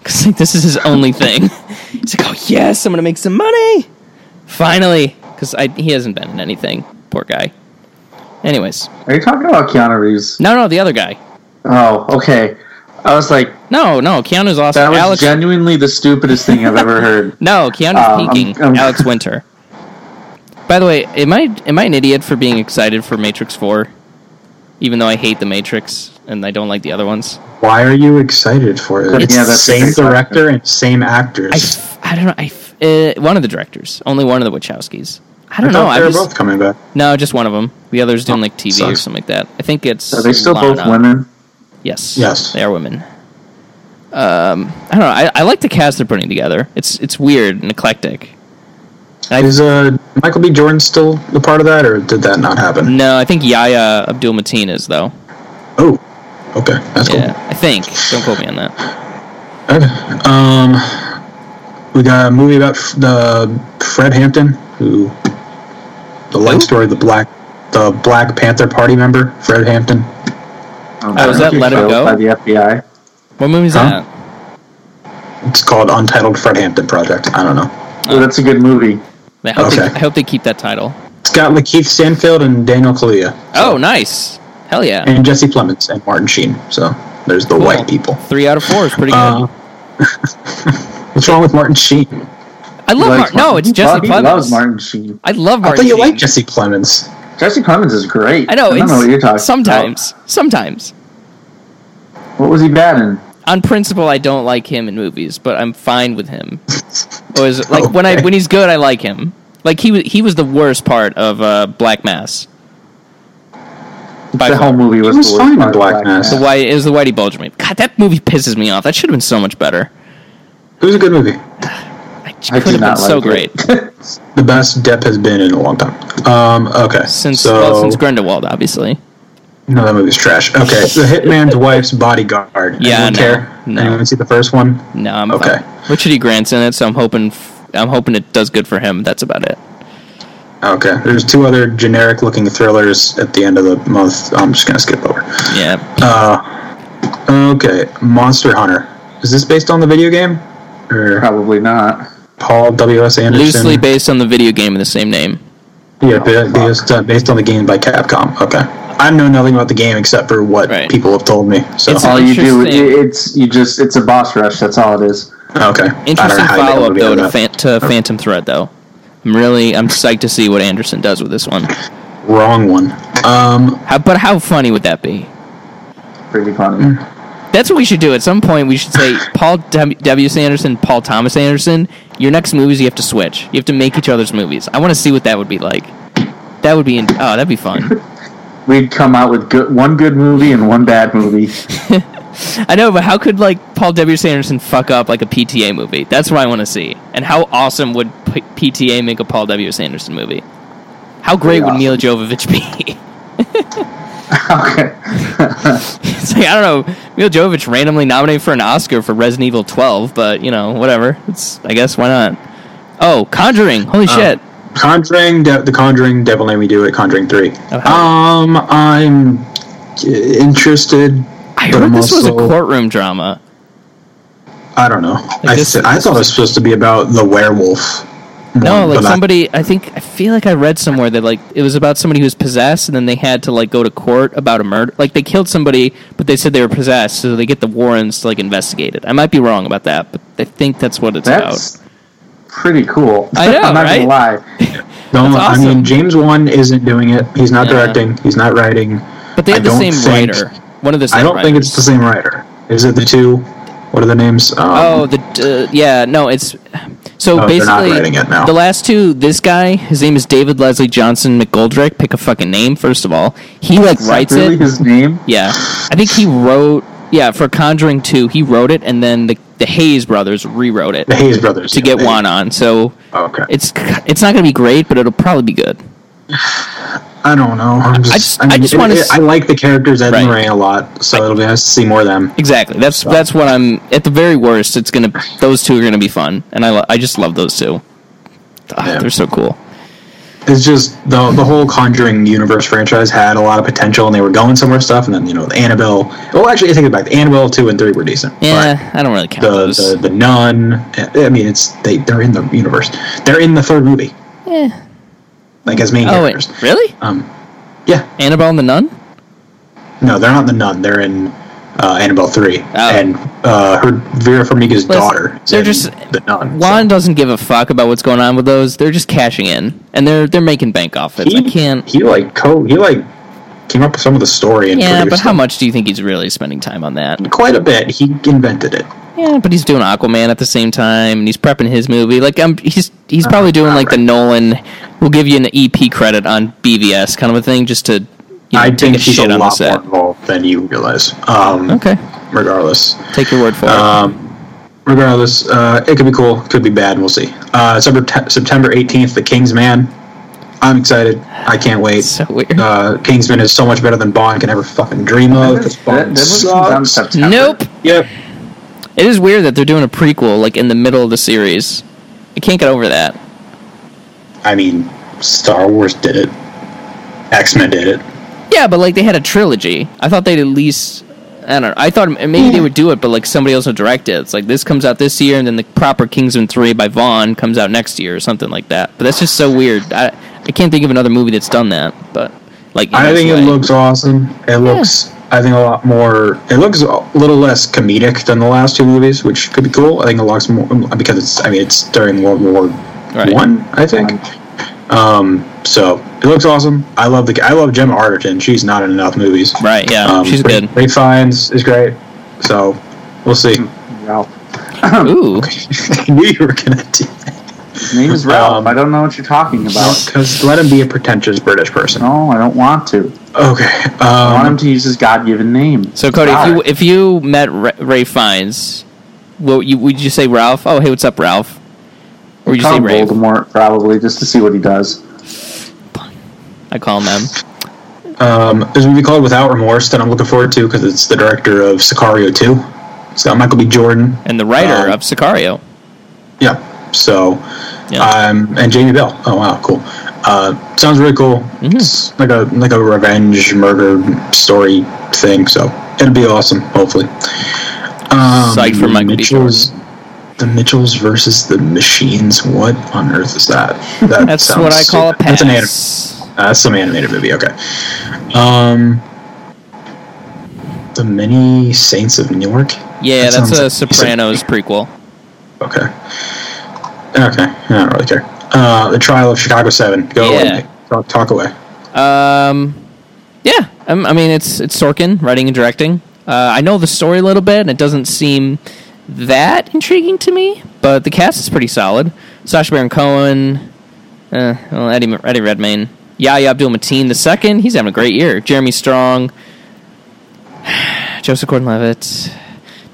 Because like, this is his only thing. He's like, oh yes, I'm gonna make some money, finally. Because he hasn't been in anything. Poor guy. Anyways,
Are you talking about Keanu Reeves?
no, no, the other guy.
Oh, okay. I was like,
No, no, Keanu's awesome.
that was
Alex,
genuinely the stupidest thing I've ever heard.
no, Keanu's
Oh, I'm-
peaking.
I'm-
Alex Winter. By the way, am I am I an idiot for being excited for Matrix Four? Even though I hate the Matrix and I don't like the other ones.
Why are you excited for it?
It's-
It's
Yeah,
yeah,
that's a
same
great
director and same actors.
I, f- I don't know. I f- uh, one of the directors, only one of the Wachowskis. I don't know.
thought
I
they were
just
both coming back.
no, just one of them. The other's doing like TV or
sucks.
something like that. I think it's.
Oh, Are they still both
Lana.
women?
Yes.
Yes.
They are women. Um, I don't know. I, I like the cast they're putting together. It's it's weird and eclectic. I-
Is uh, Michael B. Jordan still a part of that, or did that not happen?
No, I think Yaya Abdul Mateen is though.
Oh, okay, that's cool.
Yeah, I think. Don't quote me on that.
Okay. Um, we got a movie about f- the Fred Hampton, who the life story of the black the Black Panther Party member, Fred Hampton.
Um,
Oh, is that Let It
killed
Go?
By the FBI.
What movie is
Huh?
that?
It's called Untitled Fred Hampton Project. I don't know.
Oh, that's a good movie.
I hope, they,
Okay.
I hope they keep that title.
It's got Lakeith Stanfield and Daniel Kaluuya
Oh, nice. Hell yeah.
and Jesse Plemons and Martin Sheen. So there's the
Cool.
white people.
Three out of four is pretty good.
Uh, what's wrong with Martin Sheen?
I love Martin. No, it's Jesse
He loves
Plemons.
Martin Sheen.
I love
I
Martin.
thought you
Sheen.
liked Jesse Plemons.
Jesse Clemens is great.
I know.
I
it's,
don't know what you're talking.
Sometimes, sometimes.
About. What was he bad in?
On principle, I don't like him in movies, but I'm fine with him. Or is it- like when I
Okay.
when he's good, I like him. Like he was he was the worst part of uh, Black Mass. By
the
far.
whole movie was,
He was
the worst
fine in
part of
Black Mass.
The white is the Whitey Bulger movie. God, that movie pisses me off. That should have been so much better.
It was a good movie.
I
I
could
did
have been
not like
so
it.
great
The best Depp has been in a long time. Um, okay.
since
so,
well, since Grindelwald, obviously.
No, that movie's trash. Okay, The Hitman's Wife's Bodyguard.
Yeah,
Anyone
no,
care?
no.
Anyone see the first one?
No, I'm
Okay.
fine. Richard E. Grant's in it, so I'm hoping f- I'm hoping it does good for him. That's about it.
Okay, there's two other generic-looking thrillers at the end of the month. I'm just gonna skip over.
Yeah,
Okay, Monster Hunter. Is this based on the video game? Or
Probably not.
Paul W. S. Anderson?
loosely based on the video game of the same name.
Yeah, ba- based, uh, based on the game by Capcom. Okay, I know nothing about the game except for what
Right.
people have told me. So
It's-
All you do,
Interesting.
it- it's you just it's a boss rush. That's all it is.
okay, I don't know
Interesting
how you
follow up though
got movie
to,
out of that.
fan- to Phantom Thread though. I'm really I'm psyched to see what Anderson does with this one.
Wrong one. Um,
How, but how funny would that be?
Pretty funny.
Mm.
That's what we should do at some point. We should say Paul W. w. Sanderson, Paul Thomas Anderson. Your next movies you have to switch. You have to make each other's movies. I want to see what that would be like. That would be in- oh that'd be fun.
We'd come out with good, one good movie and one bad movie.
I know, but how could like Paul W. Sanderson fuck up like a PTA movie? That's what I want to see. And how awesome would P- PTA make a Paul W. Sanderson movie? How great would
Pretty
Mila Jovovich be?
okay.
It's like I don't know. Mila Jovovich randomly nominated for an Oscar for Resident Evil 12, but you know, whatever. It's I guess why not? Oh, Conjuring! Holy shit!
Conjuring, De- The Conjuring, Devil May We Do It, Conjuring Three.
Oh, hell
um, I'm interested.
I
but
heard
I'm
this was a
also-
courtroom drama.
I don't know. I,
this-
th- I thought it was supposed to be about the werewolf.
No,
one,
like
but I-
somebody. I think I feel like I read somewhere that like it was about somebody who was possessed, and then they had to like go to court about a murder. Like they killed somebody, but they said they were possessed, so they get the warrants to like investigate it. I might be wrong about that, but I think that's what it's
That's pretty cool.
I know,
I'm not
right?
gonna lie.
Don't,
That's
I
awesome.
mean, James Wan isn't doing it. He's not
Yeah.
directing. He's not writing.
about. But they
I
have the same
don't think-
writer. One of the. Same
I don't think it's the
writers.
same writer. Is it the two? What are the names? Um,
Oh, the uh, yeah, no, it's so
Oh, they're not
basically
writing it now.
the last two. This guy, his name is David Leslie Johnson McGoldrick. Pick a fucking name, first of all. He like
Is that
writes
really
it.
his name?
Yeah, I think he wrote. Yeah, for Conjuring Two, he wrote it, and then the the Hayes brothers rewrote it
the Hayes brothers
to
yeah,
get
they-
Juan on. So
Okay.
it's it's not going to be great, but it'll probably be good.
I don't know. I'm just, I
just-
just, I
I just
it-
wanna
it-
s-
I like the characters Ed
Right.
and Lorraine a lot, so it'll be nice to see more of them.
Exactly. That's that's what I'm. At the very worst, it's gonna. Those two are gonna be fun, and I lo- I just love those two. Ah,
Yeah.
They're so cool.
It's just the the whole Conjuring universe franchise had a lot of potential, and they were going somewhere stuff. And then you know, the Annabelle. Well, actually, I take it back. The Annabelle two and three were decent.
Yeah,
but
I don't really count
The,
those.
the the nun. eh, I mean, it's they they're in the universe. They're in the third movie,
Yeah.
like as main
Oh
characters.
wait, really?
Um, yeah.
Annabelle and the Nun?
No, they're not the nun. They're in uh, Annabelle three,
Oh.
and uh, her Vera Farmiga's
Listen,
daughter. is
they're
in
just-
the nun. so-
Juan doesn't give a fuck about what's going on with those. They're just cashing in, and they're they're making bank off it. I can't.
He like co. He like came up with some of the story and
Yeah, but
produced
how
it.
much do you think he's really spending time on that?
Quite a bit. He invented it.
Yeah, but he's doing Aquaman at the same time, and he's prepping his movie. Like, I'm he's
Oh,
he's probably doing like the Nolan. We'll give you an EP credit on BVS kind of a thing, just to you know,
I
take
think
a
he's
shit
a
on the
lot more
set.
involved than you realize. Um,
Okay,
Regardless.
take your word for
Um, regardless, uh, it could be cool. Could be bad. We'll see. Uh, September September eighteenth, The Kingsman. I'm excited. I can't wait.
it. So weird.
Uh, Kingsman is so much better than Bond can ever fucking dream of. 'cause
That, that
Bond
was on
sucks.
September.
nope.
Yep.
It is weird that they're doing a prequel like in the middle of the series. I can't get over that.
I mean, Star Wars did it. X Men did it.
Yeah, but like they had a trilogy. I thought they'd at least. I don't know. I thought m- maybe they would do it, but like somebody else would direct it. It's like this comes out this year, and then the proper Kingsman three by Vaughn comes out next year or something like that. But that's just so weird. I I can't think of another movie that's done that. But like in
I
this
think it
way.
looks awesome. It looks, I think, a lot more. It looks a little less comedic than the last two movies, which could be cool. I think it looks more because it's. I mean, it's during World War
Right.
One, I think. Um, so it looks awesome. I love the. I love Gemma Arterton. She's not in enough movies. Um,
right. Yeah, she's
Ray,
good.
Ray Fiennes is great. So we'll see.
Ralph.
Ooh,
I knew you were gonna do
His name is Ralph.
Um,
I don't know what you're talking about.
because Oh, let him be a pretentious British person.
No, I don't want to.
Okay.
I want him
Um,
to use his God-given name.
so Cody, if
God.
you if you met Ra- Ray Fiennes, what you would you say Ralph? Oh, hey, what's up, Ralph? Or would you
Call
say
him
Ray?
Voldemort, probably, just to see what he does.
I call him M.
Um, there's a movie called Without Remorse that I'm looking forward to because it's the director of Sicario 2. It's got Michael B. Jordan.
and the writer
Um,
of Sicario.
Yeah. So,
Yeah.
um, and Jamie Bell. Oh wow, cool. Uh, sounds really cool.
Mm-hmm.
It's like a like a revenge murder story thing. So it'll be awesome. Hopefully. Um,
Psych for Michael B.
Mitchells, The Mitchells versus the Machines. What on earth is that? that
That's
sounds
what I call a
stupid. That's
pass.
an anime. Uh, that's some animated movie. Okay. Um, the Many Saints of Newark.
yeah,
That
that's
sounds
a
like-
Sopranos prequel.
Okay. Okay. I don't really care. Uh, the Trial of Chicago Seven. Go
Yeah.
away. Talk, talk away.
Um, yeah, um, I mean it's it's Sorkin writing and directing. Uh, I know the story a little bit, and it doesn't seem that intriguing to me. But the cast is pretty solid. Sacha Baron Cohen, uh, well, Eddie Eddie Redmayne, Yahya Abdul Mateen the second. He's having a great year. Jeremy Strong, Joseph Gordon-Levitt,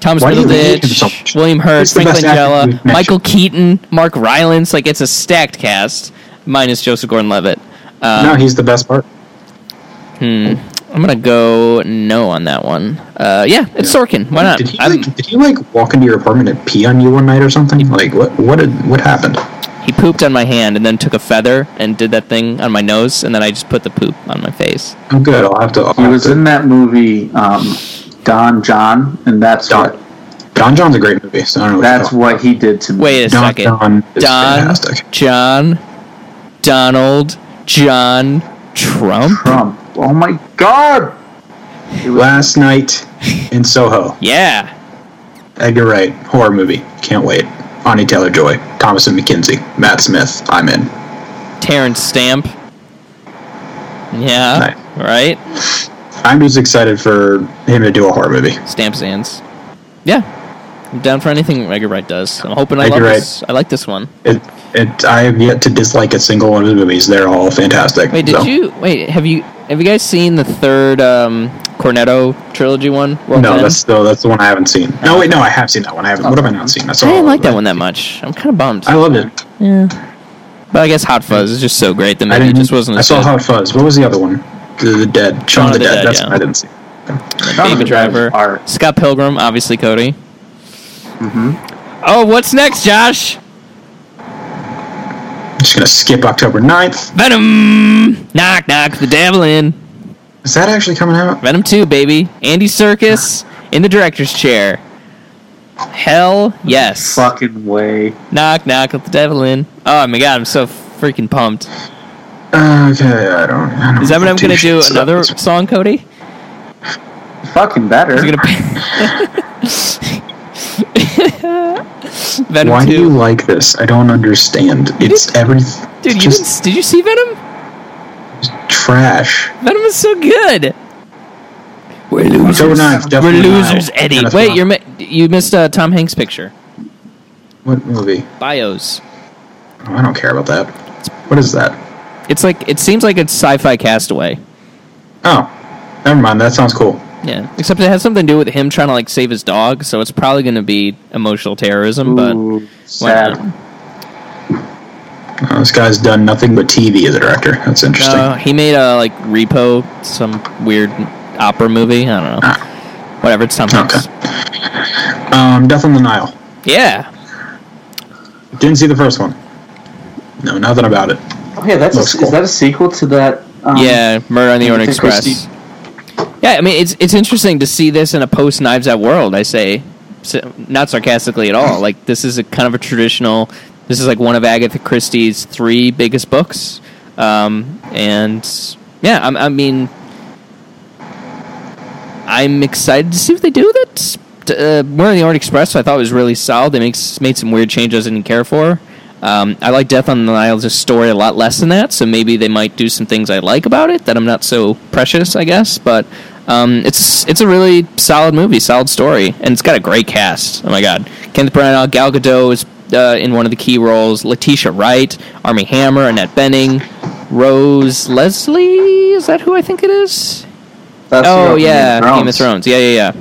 Thomas
Why do you hate him so
Middleditch,
much?
William Hurt,
He's the
Frank
best actor we've
Langella,
mentioned.
Michael Keaton, Mark Rylance. Like it's a stacked cast, minus Joseph Gordon-Levitt. Um,
no, he's the best part.
Hmm. I'm gonna go no on that one. Uh, yeah, it's Sorkin. Why not?
Did he
I'm-
like? Did he like walk into your apartment and pee on you one night or something? Like what? What? Did, what happened?
he, He pooped on my hand and then took a feather and did that thing on my nose, and then I just put the poop on my face.
I'm good. I'll have to. I'll
He
have
was
to-
in that movie, um, Don John, and that's
Don,
what
Don John's a great movie. So I don't know. what
that's
you're
what he did to me.
Wait a
Don
second.
John is
Don,
fantastic.
John, Donald, John, Trump.
Trump. Oh my God!
talking about. Last night in Soho.
Yeah.
Edgar Wright horror movie. Can't wait. Bonnie Taylor Joy, Thomas and McKenzie, Matt Smith. I'm in.
Terrence Stamp. Yeah. Right?
I'm just excited for him to do a horror movie.
Stamp Sands. Yeah. I'm down for anything Edgar Wright does. I'm hoping I
Edgar
love
Wright.
this. I like this one.
It, it. I have yet to dislike a single one of his movies. They're all fantastic.
Wait, did
so-
you wait, have you have you guys seen the third um Cornetto trilogy one? World
No,
End?
that's the that's the one I haven't seen. No, wait, no, I have seen that one. I haven't. What have I not seen? That's
I
all.
didn't like that one that much. I'm kinda bummed.
I loved it.
but I guess Hot Fuzz is just so great that
I
maybe
didn't.
it just wasn't
I
as
saw
good.
Hot Fuzz. What was the other one? The, the Dead. Shaun of the, Dead. That's
yeah.
one I didn't see.
Jonathan
Baby Driver,
Driver's art.
Scott Pilgrim, obviously Cody. Mm-hmm.
Mm-hmm.
Oh, what's next, Josh?
I'm just gonna skip October 9th.
Venom. Knock knock the devil in.
Is that actually coming out?
Venom 2, baby. Andy Circus in the director's chair. Hell yes.
Fucking way.
Knock, knock, let the devil in. Oh my god, I'm so freaking pumped.
Uh, okay, I don't. I don't
Is that what I'm
give
gonna
two
do?
shits about
Another
this.
song, Cody?
Fucking better.
You're gonna Venom 2.
Why do you like this? I don't understand. It's everything.
Dude, you didn't,
just
did you see Venom?
trash.
Venom is so good. We're
October 9th.
We're
Definitely not
losers, Eddie.
NFL.
Wait, you're mi- you missed uh, Tom Hanks' picture.
What movie?
Bios.
Oh, I don't care about that. What is that?
It's like it seems like it's sci-fi castaway.
Oh, never mind. That sounds cool.
Yeah, except it has something to do with him trying to like save his dog, so it's probably going to be emotional terrorism.
Ooh, sad.
not?
Uh, this guy's done nothing but TV as a director. That's
But
interesting.
uh, he made a like Repo, some weird opera movie. I don't know. Whatever, it's Tom Hanks.
um, Death on the Nile.
Yeah,
Didn't see the first one. No, nothing about it.
Oh yeah, that's
Looks
a,
cool.
is that a sequel to that? Um,
yeah, Murder on the Orient
Agatha
Express.
Christie.
Yeah, I mean it's it's interesting to see this in a post Knives Out world. I say, S- not sarcastically at all. Like this is a kind of a traditional. This is like one of Agatha Christie's three biggest books, um, and yeah, I, I mean, I'm excited to see what they do with it. T- Uh, Murder on the Orient Express, I thought was really solid. They makes, made some weird changes I didn't care for. Um, I like Death on the Nile's story a lot less than that, so maybe they might do some things I like about it that I'm not so precious, I guess. But um, it's it's a really solid movie, solid story, and it's got a great cast. Oh my God, Kenneth Branagh, Gal Gadot is uh, in one of the key roles, Letitia Wright, Army Hammer, Annette Benning, Rose Leslie. Is that who I think it is?
That's
Oh
from
yeah, Game of Thrones. Yeah, yeah, yeah.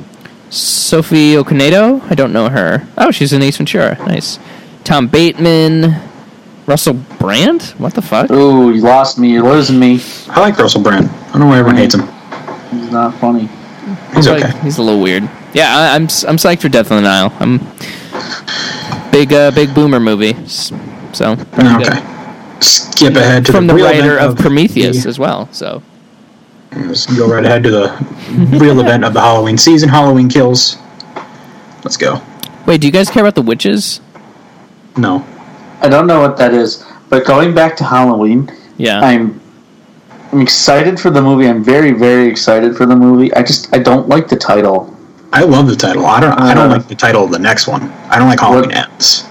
Sophie Okonedo. I don't know her. Oh, she's in Ace Ventura. Nice. Tom Bateman. Russell Brand. What the fuck?
Ooh, you lost me. You're losing me.
I like Russell Brand. I don't know why everyone hates him.
It's not funny.
He's
Like,
okay.
he's a little weird. Yeah, I, I'm. s- I'm psyched for Death on the Nile. I'm big. Uh, big boomer movie. S- So pretty good.
Oh, Okay. Skip ahead to
From the
the, real
writer of
event
Prometheus
the-
as well. So
Just go right ahead to the real event of the Halloween season. Halloween kills. Let's go.
wait, do you guys care about the witches?
No.
I don't know what that is. But going back to Halloween,
Yeah.
I'm I'm excited for the movie. I'm very very excited for the movie. I just I don't like the title.
I love the title. I don't. I don't
Uh,
like the title of the next one. I don't like Halloween
What-
Ends.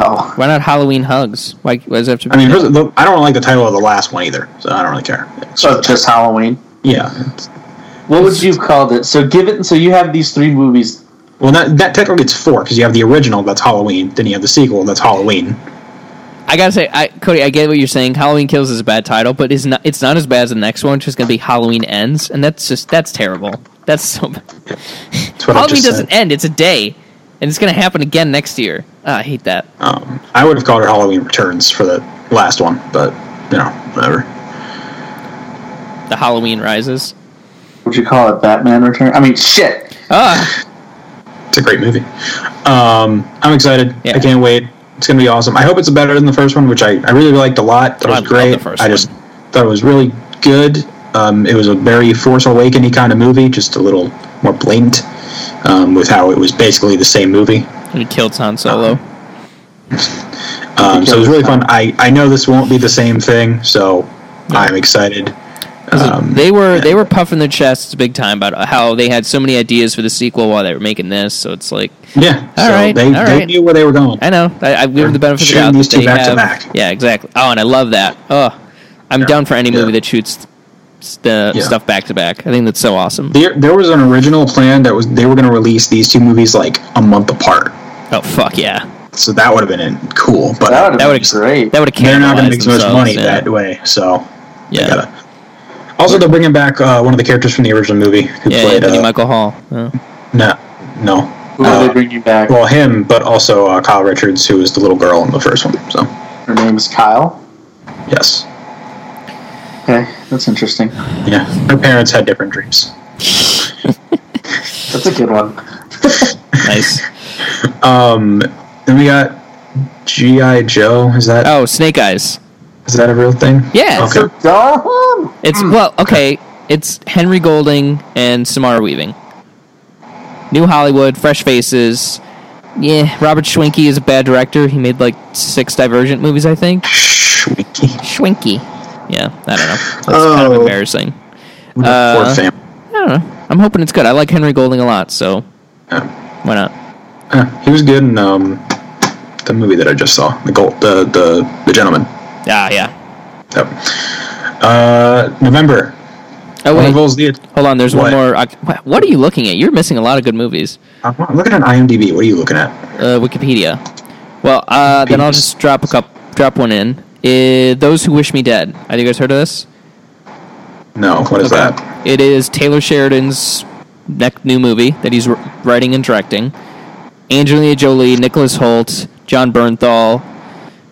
Oh,
Why not Halloween hugs? Why, why does it have to? Be
I mean, here's the, I don't like the title of the last one either, so I don't really care. It's
so just Halloween.
yeah. it's-
What would you have called it? So give it. So you have these three movies.
well, that that technically it's four because you have the original that's Halloween, then you have the sequel that's Halloween.
I gotta say, I, Cody, I get what you're saying. Halloween Kills is a bad title, but it's not. It's not as bad as the next one, which is gonna be Halloween Ends, and that's just that's terrible. That's so. Bad.
That's what I
Halloween
just
doesn't
said.
end; it's a day, and it's gonna happen again next year. Ah, I hate that.
Um, I would have called it Halloween Returns for the last one, but you know, whatever.
The Halloween rises.
Would you call it Batman Return? I mean, shit.
Ah,
It's a great movie. Um, I'm excited.
Yeah.
I can't wait. It's going to be awesome. I hope it's better than the first one, which I, I really liked a lot. That
I
was
loved
great.
the first
I just thought it was really good. Um, it was a very Force Awakening kind of movie, just a little more blatant um, with how it was basically the same movie.
It killed Han Solo.
Um, so it was really fun. I, I know this won't be the same thing, so I'm excited.
'Cause they were they were puffing their chests big time about how they had so many ideas for the sequel while they were making this. So it's like
Yeah.
All
so
right,
They,
all
they
right.
knew where they were going.
I know. I, I give them the benefit of the
shooting
doubt.
these
that
two
they
back to
have-
back.
Yeah, exactly. Oh, and I love that. Oh, I'm down for any movie
Yeah.
that shoots s- the
Yeah.
stuff back to back. I think that's so awesome.
There, there was an original plan that was they were going to release these two movies like a month apart.
oh fuck yeah,
So that would have been cool, but
That would
that
have
would
been great.
That would have
they're not going to make as much money
yeah.
that way. So they
Yeah.
gotta- Also, they're bringing back uh, one of the characters from the original movie who
Yeah,
played
Anthony
uh,
Michael Hall. Oh.
no, no.
Who
Uh,
will they bring you back?
well, him, but also uh, Kyle Richards, who was the little girl in the first one. So
Her name is Kyle.
yes,
Okay, that's interesting.
yeah, her parents had different dreams.
That's a good one.
Nice.
Um, then we got GI Joe. Is that is
Oh, Snake Eyes.
that a real thing?
Yeah, it's-
Okay.
Dumb.
It's
Mm.
well, okay. It's Henry Golding and Samara Weaving. New Hollywood, fresh faces. Yeah, Robert Schwinky is a bad director. He made like six Divergent movies, I think.
Shwinky.
Schwinky. Yeah, I don't know. That's kind
Oh.
of embarrassing.
What a
Uh,
poor family.
I don't know. I'm hoping it's good. I like Henry Golding a lot, so
Yeah.
why not?
Yeah, Uh, he was good in um, the movie that I just saw, the gold, the the, the gentleman.
Ah, yeah.
Yep. Uh, November.
Oh wait,
Marvel's the.
hold on. There's one
What?
more. I, wha- what are you looking at? You're missing a lot of good movies.
I'm Uh-huh. I'm looking at IMDb. What are you looking at?
uh, Wikipedia. Well, uh, then I'll
Peace.
just drop a cup, drop one in. Uh, Those who wish me dead. Have you guys heard of this?
No, what is
Okay.
that?
It is Taylor Sheridan's next new movie that he's wr- writing and directing. Angelina Jolie, Nicholas Holt, John Bernthal,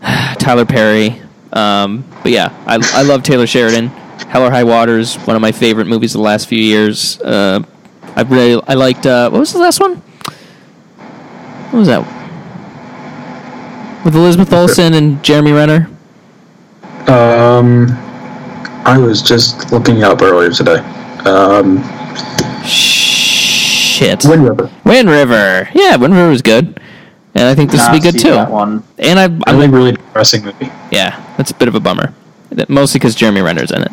Tyler Perry. Um, but yeah, I, I love Taylor Sheridan. Hell or High Water is one of my favorite movies of the last few years. Uh, I really I liked. Uh, what was the last one? What was that? With Elizabeth Olsen and Jeremy Renner.
Um, I was just looking up earlier today. Um,
Shit.
Wind River.
Wind River. Yeah, Wind River was good, and I think this will be
Not
good
see
too.
That one.
And I, I
I really, really depressing movie.
yeah, that's a bit of a bummer, That- mostly because Jeremy Renner's in it.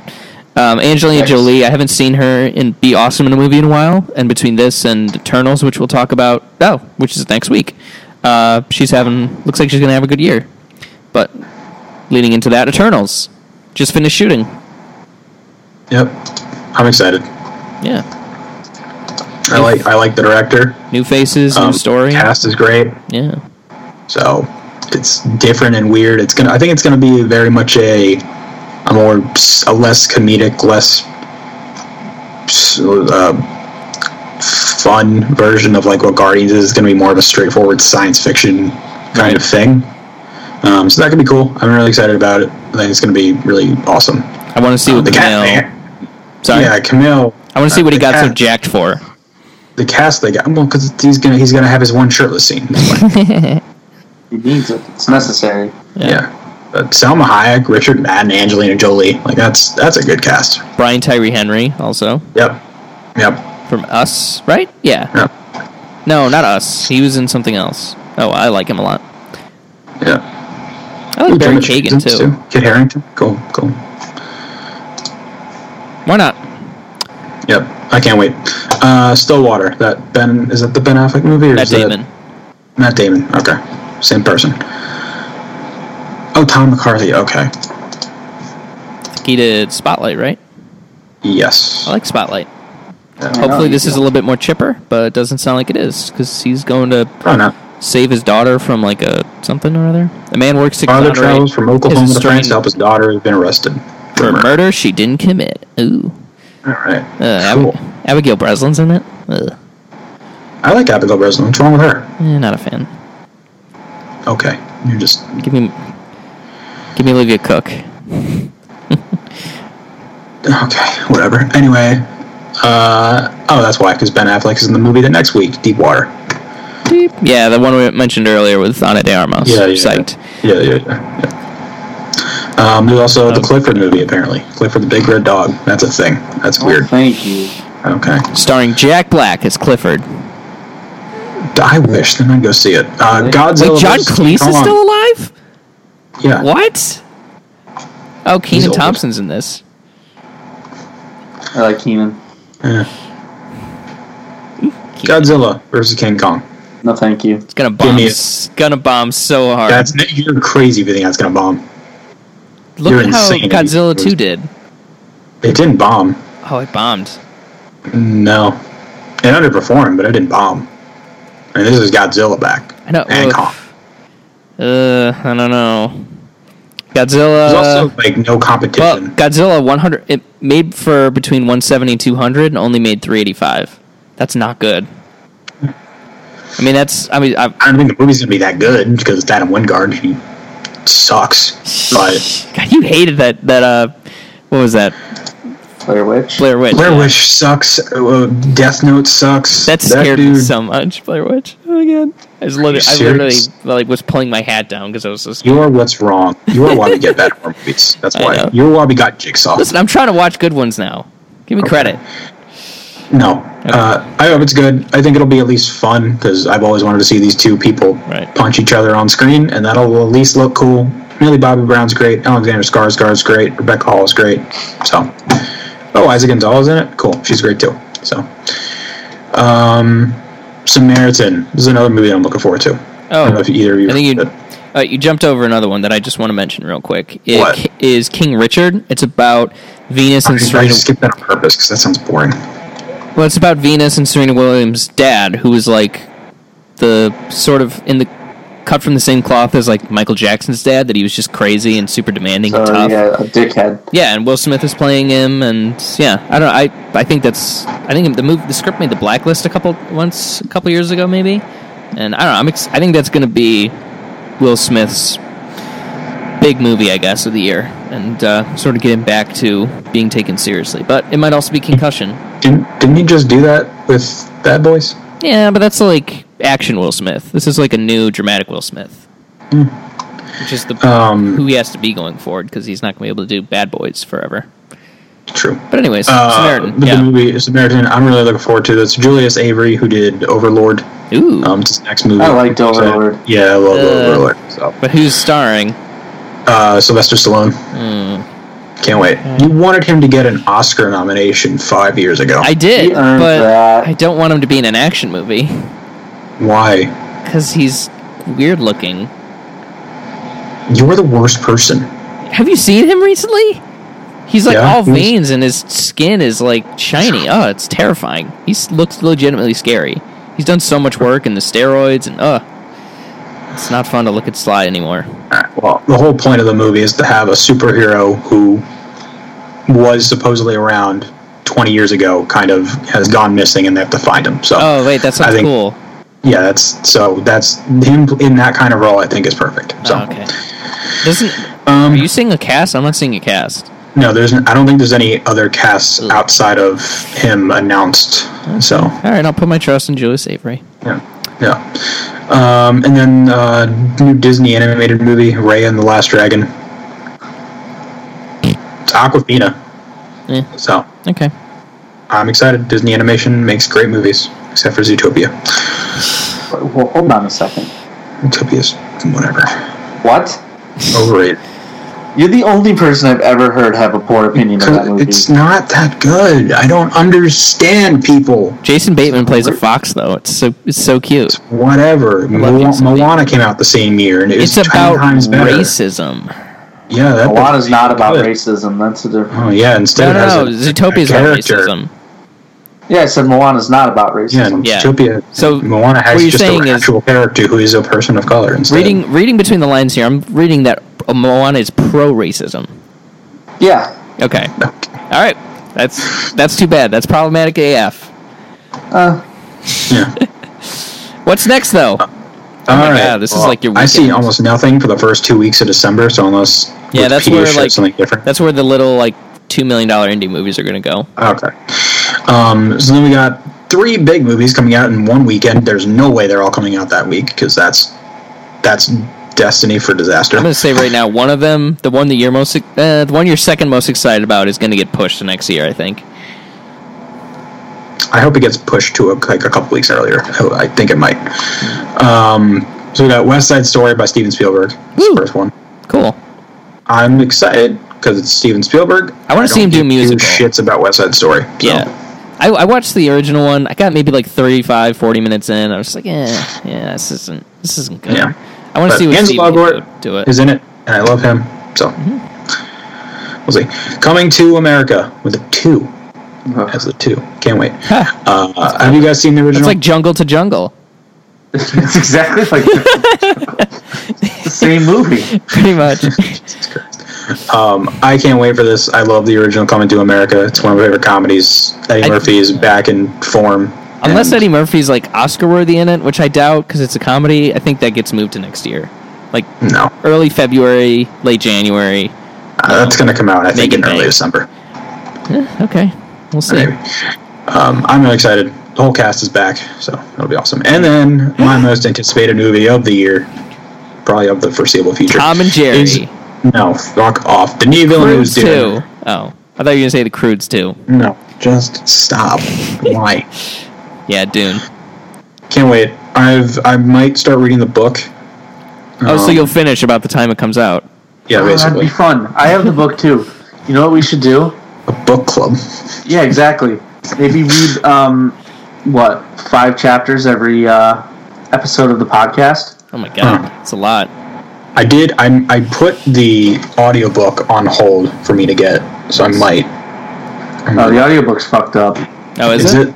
Um, Angelina
Thanks.
Jolie, I haven't seen her in be awesome in a movie in a while, and between this and Eternals, which we'll talk about, oh, which is next week, uh, she's having looks like she's gonna have a good year. But leading into that, Eternals just finished shooting.
Yep. I'm excited.
Yeah,
I like I like the director.
new faces, new
Um,
story.
Cast is great.
Yeah,
So it's different and weird. It's gonna. I think it's gonna be very much a a more a less comedic, less uh, fun version of like what Guardians is. It's gonna be more of a straightforward science fiction kind of thing. Um, so that could be cool. I'm really excited about it. I think it's gonna be really awesome.
I want to see what
the
Camille.
cast,
Sorry,
yeah, Camille.
I want to see what he
the
got so
cat.
jacked for.
The cast they got. Well, because he's gonna he's gonna have his one shirtless scene.
He needs it. It's necessary.
Yeah. But Selma Hayek, Richard Madden, Angelina Jolie. Like that's that's a good cast.
Brian Tyree Henry also
Yep. Yep.
from Us, right? Yeah.
Yep.
No, not Us. He was in something else. Oh, I like him a lot.
Yep.
I like Barry Kagan too.
Kid Harrington. Cool, cool.
Why not?
Yep. I can't wait. Uh Stillwater. That Ben is that the Ben Affleck movie or
Matt
is that-
Damon.
Matt Damon. Okay. Same person. Oh, Tom McCarthy. Okay.
He did Spotlight, right?
Yes.
I like Spotlight.
I know
Hopefully,
you
this is a
do.
little bit more chipper, but it doesn't sound like it is because he's going to
Probably not.
save his daughter from like a something or other. A man works to
Father
exonerate
travels from
his
Oklahoma to France
estranged-
to help his daughter who's been arrested.
for murder she didn't commit. Ooh,
All right.
uh, Ab-
cool.
Abigail Breslin's in it. Ugh.
I like Abigail Breslin. What's wrong with her?
Eh, not a fan.
Okay. You're just
Give me, give me Olivia Cook.
Okay, whatever. Anyway, uh, oh, that's why, because Ben Affleck is in the movie the next week, Deep Water.
Beep. Yeah, the one we mentioned earlier with Ana de Armas.
Yeah, yeah.
Psyched.
Yeah, yeah, yeah. yeah. Um, there's also the Clifford movie, apparently. Clifford the Big Red Dog. That's a thing.
Oh,
That's weird.
Oh, Thank you.
Okay.
Starring Jack Black as Clifford.
I wish. Then I'd go see it. Uh, Godzilla.
Wait, John
versus
Cleese
Kong.
is still alive?
Yeah.
What? Oh, Keenan
old.
Thompson's in this.
I like Keenan.
Yeah. Godzilla versus King Kong.
No, thank you.
It's gonna bomb.
me a-
It's gonna bomb so hard.
That's you're crazy if you think that's gonna bomb.
Look
you're
at how
insane.
Godzilla 2 did.
It didn't bomb.
Oh, it bombed.
No, it underperformed, but it didn't bomb. And this is Godzilla back.
I know.
And
ugh.
Kong.
Uh, I don't know.
There's
Godzilla.
also like no
Uh, well,
competition.
Godzilla 100. It made for between 170 and 200, and only made 385. That's not good. I mean, that's. I mean, I,
I don't think the movie's gonna be that good because it's Adam Wingard. He sucks. But
God, you hated that. That uh, what was that?
Blair Witch.
Blair Witch.
Blair Witch sucks. Uh, Death Note sucks.
That
That
scared me
dude-
so much. Blair Witch. Oh my god. I was literally, I literally
serious?
like was pulling my hat down because I was just.
You're what's wrong. You're why we get bad horror movies. That's
I
why.
know.
You're why we got Jigsaw.
Listen, I'm trying to watch good ones now. Give me credit.
No, uh, I hope it's good. I think it'll be at least fun because I've always wanted to see these two people
Right.
punch each other on screen, and that'll at least look cool. Millie Bobby Brown's great. Alexander Skarsgård's great. Rebecca Hall is great. So, oh, Isaac Gonzalez in it. Cool, she's great too. So, um, Samaritan this is another movie I'm looking forward to. I don't know
Oh,
if either of you.
I think you
it.
uh, you jumped over another one that I just want to mention real quick. It
What?
ki- is King Richard. It's about Venus
I
and Serena.
skipped that on purpose because that sounds boring.
Well, it's about Venus and Serena Williams' dad, who was like the sort of in the cut from the same cloth as like Michael Jackson's dad. That he was just crazy and super demanding
So
Oh,
and tough.
yeah, a dickhead.
Yeah, and Will Smith is playing him, and yeah, I don't. I I think that's. I think the move, the script made the blacklist a couple once a couple years ago, maybe. And I don't. know, I'm. Ex- I think that's going to be Will Smith's big movie, I guess, of the year, and uh, sort of get him back to being taken seriously. But it might also be concussion.
Didn't didn't you just do that with Bad Boys?
Yeah, but that's like action Will Smith. This is like a new dramatic Will Smith,
Hmm.
which is the
Um,
who he has to be going forward because he's not going to be able to do Bad Boys forever.
True.
But anyways,
Uh,
Samaritan.
But
Yeah.
the movie Samaritan, I'm really looking forward to this. Julius Avery, who did Overlord,
Ooh.
um, it's his next movie.
I liked Overlord.
So, yeah, I love
Uh,
Overlord. So,
But who's starring?
uh, Sylvester Stallone.
Hmm.
Can't wait. You wanted him to get an Oscar nomination five years ago.
I did,
He earned
but
that.
I don't want him to be in an action movie
Why?
because he's weird looking.
You were the worst person.
Have you seen him recently? He's like
Yeah,
all
he's-
veins and his skin is like shiny. Oh, it's terrifying. He s- looks legitimately scary. He's done so much work and the steroids and uh It's not fun to look at Sly anymore.
Uh,
Alright, Well, the whole point of the movie is to have a superhero who was supposedly around 20 years ago, kind of has gone missing, and they have to find him. So,
Oh, wait, that sounds
think-
cool.
yeah, that's so that's him in that kind of role. I think is perfect. So.
Oh, okay. Doesn't
Um,
Are you seeing a cast? I'm not seeing a cast.
No, there's. I don't think there's any other casts
Ugh.
outside of him announced. So
All right, I'll put my trust in Julius Avery.
yeah, yeah. Um, and then uh, new Disney animated movie Raya and the Last Dragon. It's Aquafina.
Eh.
So
Okay.
I'm excited. Disney Animation makes great movies, except for Zootopia.
Well, hold on a second.
Zootopia's whatever.
What?
Overrated.
You're the only person I've ever heard have a poor opinion of that movie.
It's not that good. I don't understand people.
Jason Bateman plays a fox, though. It's so it's so cute.
Whatever.
love you,
Moana,
Zootopia.
Moana came out the same year, and it
It's
was ten
about
times better.
racism.
Yeah, that
Moana's
book-
not about
good.
racism. That's a different.
Oh yeah,
No,
instead it
no, no.
has a-
Zootopia's
a
about
character.
racism.
Yeah, I said Moana's not about
Yeah,
racism.
and
Yeah.
Zootopia.
So,
Moana
what
has
you're
just
saying
an
is-
actual character who is a person of color. Instead,
Reading reading between the lines here, I'm reading that Moana is pro racism.
Yeah.
Okay,
Okay.
all right. That's that's too bad. That's problematic AF.
Uh,
Yeah.
What's next though?
All right.
Oh God, this is like your
I see
weekend.
almost nothing for the first two weeks of December. So unless
Yeah, that's
Wikipedia
where,
shows
like-
something different.
That's where the little like two million dollar indie movies are gonna go.
Okay. Um, so then we got three big movies coming out in one weekend. There's no way they're all coming out that week because that's that's destiny for disaster.
I'm gonna say right now, one of them, the one that you're most, uh, the one you're second most excited about, is gonna get pushed to next year. I think.
I hope it gets pushed to a, like a couple weeks earlier. I I think it might. Um, so we got West Side Story by Steven Spielberg. It's the
Woo.
first one.
Cool.
I'm excited because it's Steven Spielberg.
I wanna see
don't
him do
give two
musical.
Shits about West Side Story. So.
Yeah. I, I watched the original one. I got maybe like 35, 40 minutes in. I was like, eh, yeah, this isn't this isn't good.
Yeah.
I want to
But
see what
Ansel
Steven can
Elgort
do, do it.
is in it, and I love him. So
Mm-hmm.
we'll see. Coming to America with a two as the two. Can't wait. Uh, have you guys seen the
It's
original?
like jungle to jungle,
It's exactly like the same movie.
pretty much.
um, I can't wait for this. I love the original Coming to America. It's one of my favorite comedies. Eddie
I-
Murphy is back in form.
Unless
and
Eddie Murphy's like Oscar worthy in it, which I doubt because it's a comedy. I think that gets moved to next year, like
no,
early February, late January.
uh, that's going to come out. I think
Make
in
it
early
big.
December.
Eh, okay, we'll see.
Maybe. Um, I'm really excited. The whole cast is back, so it'll be awesome. And then my most anticipated movie of the year, probably of the foreseeable future.
Tom and Jerry.
is- no, fuck off. Denis Villeneuve's
Crudes
doing.
too.
it.
Oh, I thought you were gonna say the Crudes too.
No, just stop. Why?
Yeah, Dune.
Can't wait. I've I might start reading the book.
Oh, so
Um,
you'll finish about the time it comes out.
yeah,
Oh, that'd
basically
be fun. I have the book too. You know what we should do?
a book club.
Yeah, exactly. Maybe read um, what five chapters every uh, episode of the podcast.
Oh my god, it's a lot.
I did. I I put the audiobook on hold for me to get, so I might.
Uh, the audiobook's fucked up.
Oh, is,
Is
it?
it?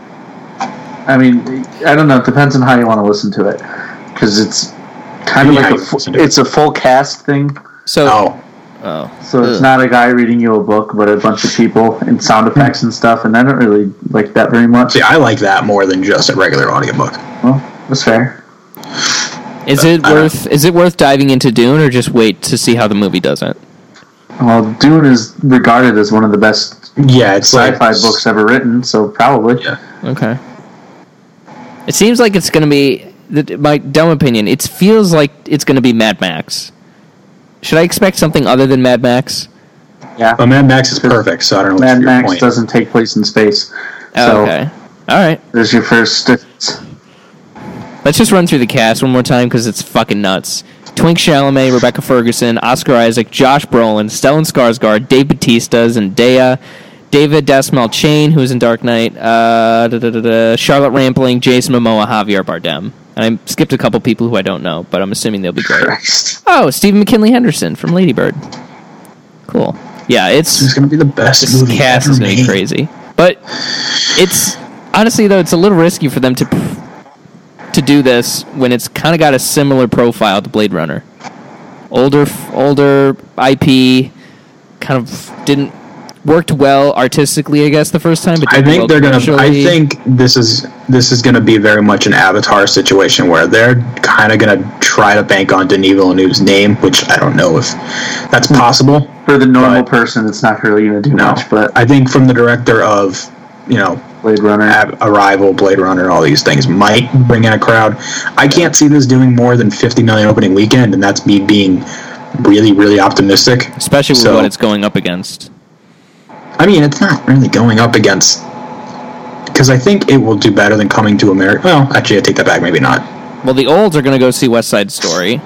I mean, I don't know. It depends on how you want to listen to it, because it's kind of
Yeah,
like
you
a fu-
listen to it.
it's a full cast thing.
So,
Oh,
oh,
So it's
Ugh.
not a guy reading you a book, but a bunch of people and sound effects and stuff. And I don't really like that very much.
see, I like that more than just a regular audiobook.
Well, that's fair.
is it
I don't-
worth? Is it worth diving into Dune, or just wait to see how the movie does it?
Well, Dune is regarded as one of the best
Yeah, it's like-
sci-fi books ever written, so probably.
Yeah.
Okay. It seems like it's gonna be. th- My dumb opinion. It feels like it's gonna be Mad Max. Should I expect something other than Mad Max?
Yeah.
But Mad Max is perfect, so I don't know.
Mad
Um, your
Max
point.
doesn't take place in space.
Oh,
so
okay. All right.
there's your first difference.
Let's just run through the cast one more time because it's fucking nuts. Twink Chalamet, Rebecca Ferguson, Oscar Isaac, Josh Brolin, Stellan Skarsgård, Dave Bautista, Zendaya, David Desmalchain, who's in Dark Knight, uh, da, da, da, da, Charlotte Rampling, Jason Momoa, Javier Bardem. And I skipped a couple people who I don't know, but I'm assuming they'll be great.
Christ.
Oh, Stephen McKinley Henderson from Ladybird. Cool. Yeah, it's
It's gonna be the best
this
movie
cast
ever
is gonna be
made.
crazy. But it's honestly though it's a little risky for them to to do this when it's kind of got a similar profile to Blade Runner. Older f- older IP kind of didn't worked well artistically I guess the first time but
I
didn't
think
well
they're gonna. I
commercially.
think this is this is gonna be very much an Avatar situation where they're kind of gonna try to bank on Denis Villeneuve's name, which I don't know if that's possible.
For the normal person, it's not really going to do
No,
much, but
I think from the director of you know
Blade Runner.
Ab- Arrival, Blade Runner, all these things might bring in a crowd. I can't see this doing more than 50 million opening weekend, and that's me being really, really optimistic.
especially with
so-
what it's going up against.
I mean, it's not really going up against. Because I think it will do better than Coming to America. Well, actually, I take that back. Maybe not.
Well, the olds are going to go see West Side Story.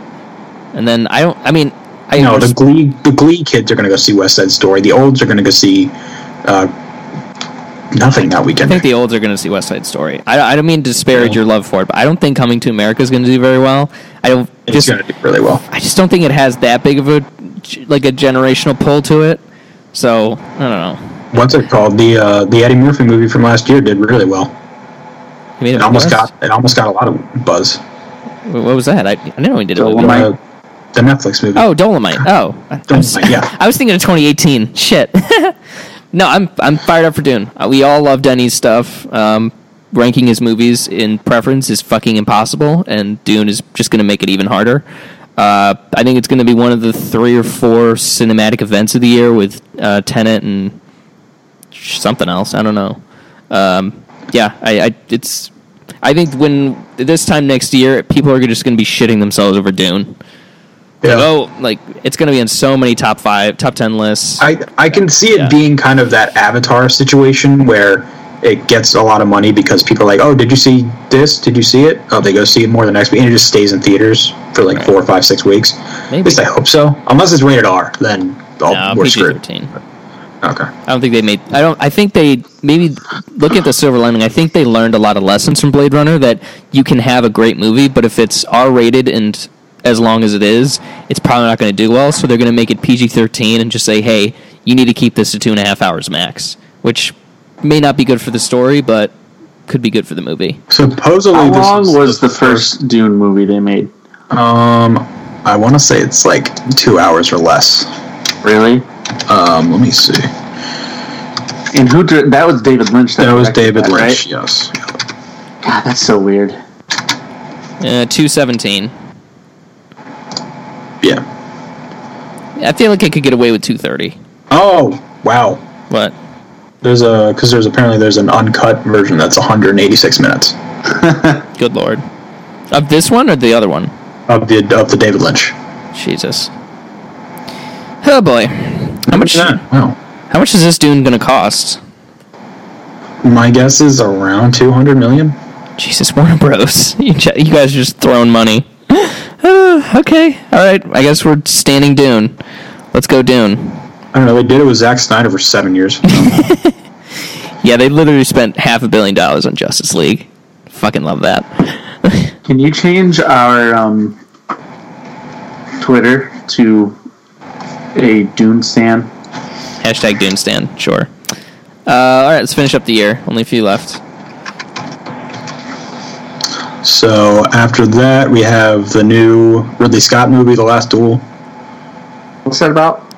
And then I don't I mean I
No, the
understand-
Glee, the Glee kids are going to go see West Side Story. The olds are going to go see uh, nothing that
I
weekend.
think the olds are going to see West Side Story. I, I don't mean to disparage your love for it, but I don't think Coming to America is going to do very well. I don't
it's
just
going to do really well.
I just don't think it has that big of a g- like a generational pull to it. So I don't know.
What's it called? The uh, the Eddie Murphy movie from last year did really well.
I mean,
It almost
what?
got it almost got a lot of buzz.
Wh- what was that? I, I know we did it.
So
really
what
well.
my-
Uh, the Netflix movie.
Oh, Dolomite. Oh, I- I was-
Dolomite, yeah.
I was thinking of 2018. Shit. no, I'm I'm fired up for Dune. Uh, We all love Denny's stuff. Um, ranking his movies in preference is fucking impossible, and Dune is just going to make it even harder. Uh, I think it's going to be one of the three or four cinematic events of the year with uh, Tenet and something else. I don't know. Um, yeah, I, I it's I think when this time next year, people are just going to be shitting themselves over Dune. Like, oh, like it's going to be in so many top five, top ten lists.
I, I can see it
Yeah.
being kind of that Avatar situation where it gets a lot of money because people are like, oh, did you see this? Did you see it? Oh, they go see it more the next week. And it just stays in theaters for like four, five, six weeks.
Maybe.
At least I hope so. Unless it's rated R, then all,
no,
we're
PG
screwed.
Uh, thirteen.
Okay.
I don't think they made. I don't. I think they maybe look at the silver lining. I think they learned a lot of lessons from Blade Runner that you can have a great movie, but if it's R rated and as long as it is, it's probably not going to do well. So they're going to make it PG thirteen and just say, "Hey, you need to keep this to two and a half hours max," which may not be good for the story, but could be good for the movie.
Supposedly,
How
this
long
is
was the first Dune movie they made?
Um, I want to say it's like two hours or less.
Really?
Um, let me see.
And who? dir- That was David Lynch.
That was
directed
David
that,
Lynch.
right?
Yes.
God, that's so weird.
Uh, two seventeen.
Yeah.
I feel like I could get away with two thirty,
Oh wow.
but
There's a because there's apparently there's an uncut version that's 186 minutes
good lord, of this one or the other one?
of the of the David Lynch.
Jesus. Oh boy. How much
Wow.
how much is this Dune gonna cost?
My guess is around 200 million.
Jesus Warner Bros. You, ch- you guys are just throwing money. Uh, okay. Alright. I guess we're standing Dune. Let's go Dune.
I don't know. They did it with Zack Snyder for seven years.
Yeah, they literally spent half a billion dollars on Justice League. Fucking love that.
Can you change our um, Twitter to a Dune stan?
Hashtag Dune stand, sure. Uh, alright, let's finish up the year. Only a few left.
so after that, we have the new Ridley Scott movie, The Last Duel.
What's that about?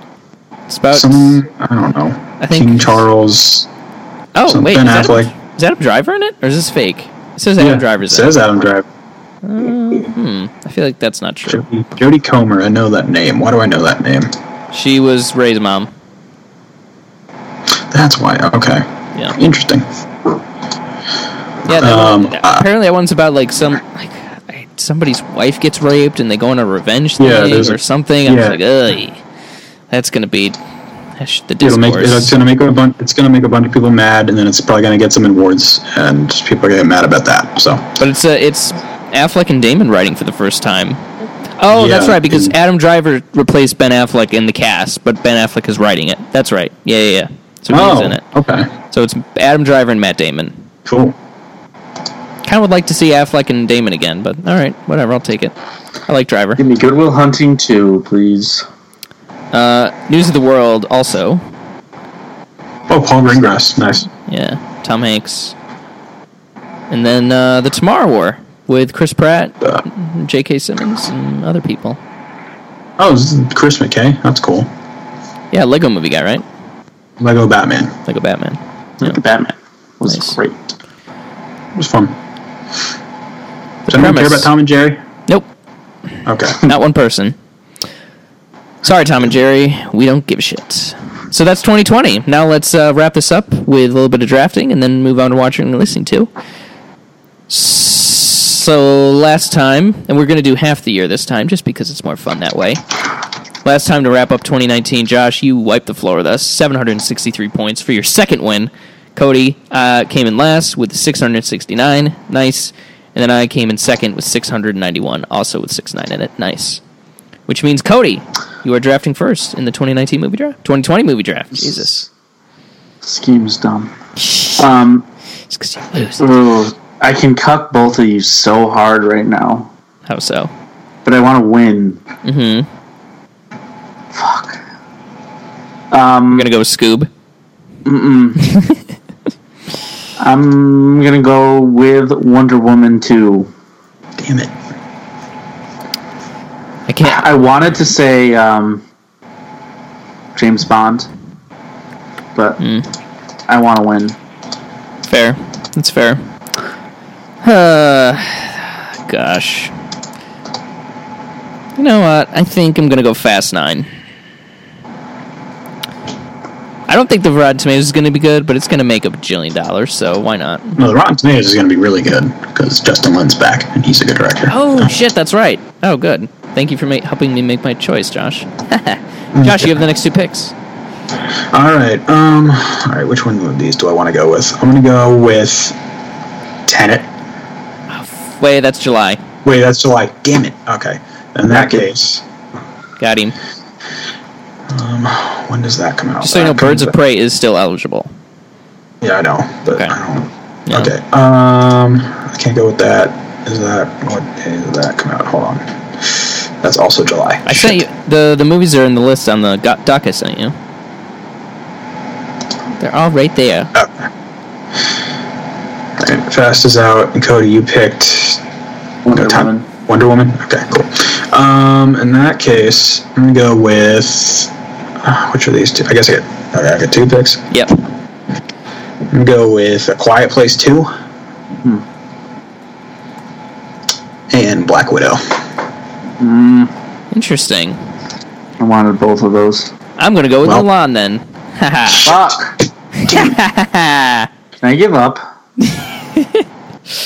It's about
Some I don't know.
I think-
King Charles
Oh
some
wait,
Ben
is that,
Affleck.
a, is that a driver in it? Or is this fake? It says Adam
Yeah,
Driver's in it.
says Adam Driver.
I feel like that's not true.
Jodie, Jodie Comer. I know that name. Why do I know that name?
She was Ray's mom.
That's why. Okay,
Yeah.
interesting.
Yeah, that
Um,
one, apparently that one's about like some like I- somebody's wife gets raped and they go on a revenge thing
Yeah, there's a-
or something. I was
yeah.
like, ugh, that's gonna be that's the discourse.
It'll make it's gonna make a bunch. It's gonna make a bunch of people mad, and then it's probably gonna get some awards, and people are gonna get mad about that. So
but it's uh, it's Affleck and Damon writing for the first time. Oh, that's
Yeah,
right because
and-
Adam Driver replaced Ben Affleck in the cast, but Ben Affleck is writing it. That's right. Yeah, yeah, yeah. So
Oh.
he's in it.
okay,
So it's Adam Driver and Matt Damon.
cool.
Kind of would like to see Affleck and Damon again, but all right, whatever. I'll take it. I like Driver.
Give me Goodwill Hunting too, please.
News of the World also.
Oh, Paul Greengrass, nice.
Yeah, Tom Hanks. And then uh, the Tomorrow War with Chris Pratt,
Uh,
J.K. Simmons, and other people.
oh, this is Chris McKay, that's cool.
Yeah, Lego Movie guy, right?
Lego Batman,
Lego Batman.
Look at Batman. It was
Nice.
great.
it was fun. Does anyone care
premise.
about Tom and Jerry?
Nope,
Okay,
not one person. Sorry, Tom and Jerry, we don't give a shit. So that's 2020. Now let's uh, wrap this up with a little bit of drafting, and then move on to watching and listening to. So last time, and we're going to do half the year this time, just because it's more fun that way. Last time to wrap up 2019, Josh, you wiped the floor with us. 763 points for your second win. Cody uh, came in last with 669. Nice. And then I came in second with 691, also with 69 in it. Nice. Which means, Cody, you are drafting first in the 2019 movie draft. 2020 movie draft. Jesus.
Scheme's dumb. Um,
It's because you lose.
ugh, I can cuck both of you so hard right now,
How so?
but I want to win. Mm-hmm. Fuck. Um,
I'm going to go with Scoob.
I'm gonna go with Wonder Woman 2.
damn it.
I can't.
I wanted to say um, James Bond, but I want to win.
Fair. That's fair. Uh, gosh. You know what? I think I'm gonna go Fast Nine. I don't think the Rotten Tomatoes is going to be good, but it's going to make a bajillion dollars, so why not?
No, the Rotten Tomatoes is going to be really good because Justin Lin's back and he's a good director.
Oh shit, that's right. Oh, good. Thank you for ma- helping me make my choice, Josh. Josh, you have the next two picks.
All right. Um. All right. Which one of these do I want to go with? I'm going to go with Tenet.
Wait, that's July.
Wait, that's July. Damn it. Okay. In that case, um,
Got him.
when does that come out?
Just so you know,
That comes
Birds of
out-
Prey is still eligible.
Yeah, I know, but
Okay.
I don't.
Yeah.
Okay. Um, I can't go with that. Is that what day did that come out? Hold on. That's also July.
I sent you the the movies are in the list on the go- doc I sent you. They're all right there.
Alright, Oh. Fast is out. And Cody, you picked
Wonder
no time.
Woman.
Wonder Woman. Okay, cool. Um, in that case, I'm gonna go with uh, which are these two? I guess I get okay, I got two picks.
Yep.
I'm gonna go with A Quiet Place Two. Hmm. And Black Widow.
Interesting.
I wanted both of those.
I'm gonna go with
Well-
Milan then. Haha.
Fuck! Can I give up?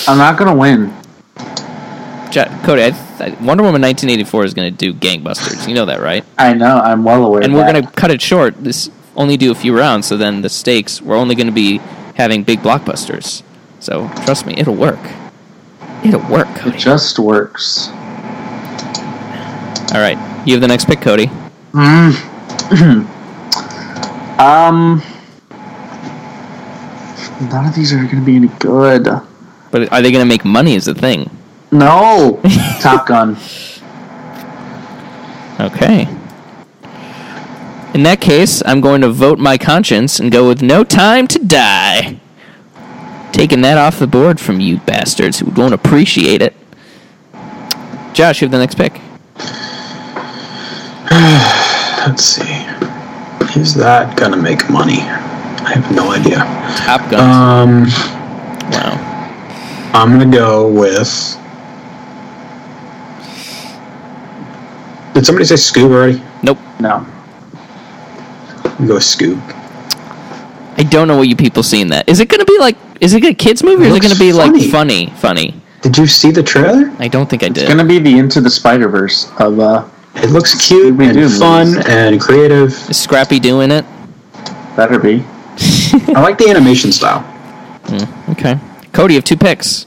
I'm not gonna win.
Jo- Cody, I th- Wonder Woman 1984 is gonna do gangbusters. You know that, right?
I know. I'm well aware.
And
of
we're
that.
gonna cut it short. This only do a few rounds, so then the stakes we're only gonna be having big blockbusters. So trust me, it'll work. It'll work, Cody.
It just works.
All right, you have the next pick, Cody.
Um. None of these are gonna be any good.
But are they gonna make money? Is the thing.
No. Top Gun.
Okay. In that case, I'm going to vote my conscience and go with No Time to Die. Taking that off the board from you bastards who don't appreciate it. Josh, you have the next pick.
Let's see. Is that gonna make money? I have no idea.
Top Gun.
Um,
wow.
I'm gonna go with. Did somebody say Scoob already?
Nope.
No.
I'm gonna go with Scoob.
I don't know what you people see in that. Is it going to be like? Is it a kids movie or is it
Looks
going to be like
funny.
funny? Funny.
Did you see the trailer?
I don't think I did.
It's gonna be the Into the Spider Verse of uh.
It looks cute
We do
and fun
movies.
and creative.
Is Scrappy doing it?
Better be.
I like the animation style.
Okay. Cody, you have two picks.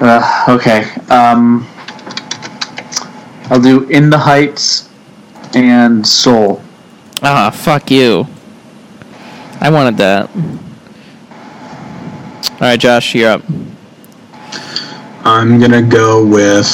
Uh, okay. Um. I'll do In the Heights and Soul.
Ah, fuck you. I wanted that. All right, Josh, you're up.
I'm gonna go with.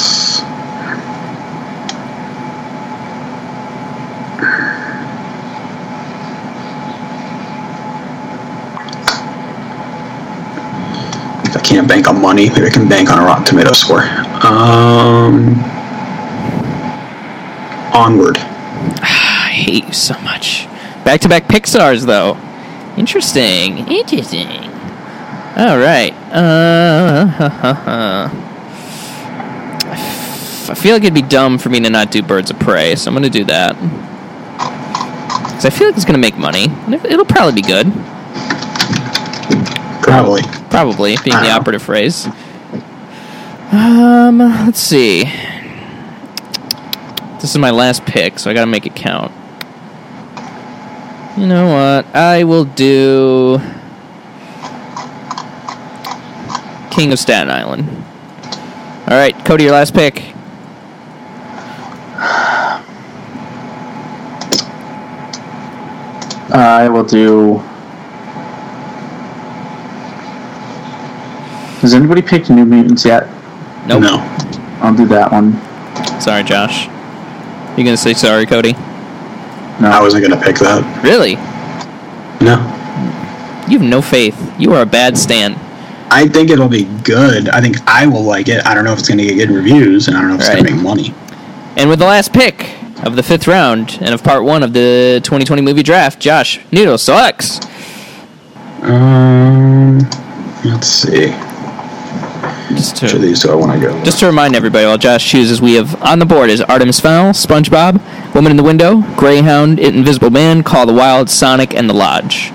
If I can't bank on money, maybe I can bank on a Rotten Tomato score. Um, onward.
I hate you so much. Back to back Pixars, though. Interesting. Interesting. All right. Uh, I feel like it'd be dumb for me to not do Birds of Prey, so I'm gonna do that. Cause I feel like it's gonna make money. And it- It'll probably be good.
Probably.
Probably being the
Uh-huh.
operative phrase. Um, let's see. This is my last pick, so I gotta make it count. You know what? I will do King of Staten Island. All right, Cody, your last pick.
I will do. Has anybody picked New Mutants yet?
Nope.
No.
I'll do that one.
Sorry, Josh. You gonna say sorry, Cody?
No.
I wasn't gonna pick that.
Really?
No.
You have no faith. You are a bad stan.
I think it'll be good. I think I will like it. I don't know if it's going to get good reviews, and I don't know if it's going
Right.
to make money.
And with the last pick of the fifth round and of part one of the 2020 movie draft, Josh Nito selects.
Um, let's see.
Just
Which of
to,
these do I want to go? with?
just to remind everybody, while Josh chooses, we have on the board is Artemis Fowl, SpongeBob, Woman in the Window, Greyhound, Invisible Man, Call of the Wild, Sonic, and The Lodge.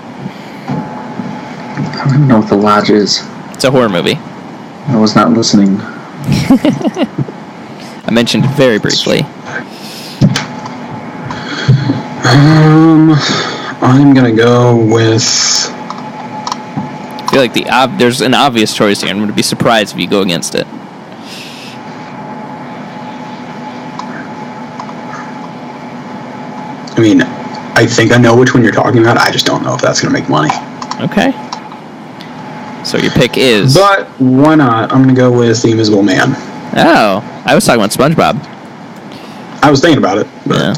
I don't even know what the lodge is.
It's a horror movie.
I was not listening.
I mentioned it very briefly.
Um, I'm gonna go with.
I feel like the ob- there's an obvious choice here, and would be surprised if you go against it.
I mean, I think I know which one you're talking about. I just don't know if that's gonna make money.
Okay. So your pick is.
But why not? I'm gonna go with the Invisible Man.
oh, I was talking about SpongeBob.
I was thinking about it. But
Yeah.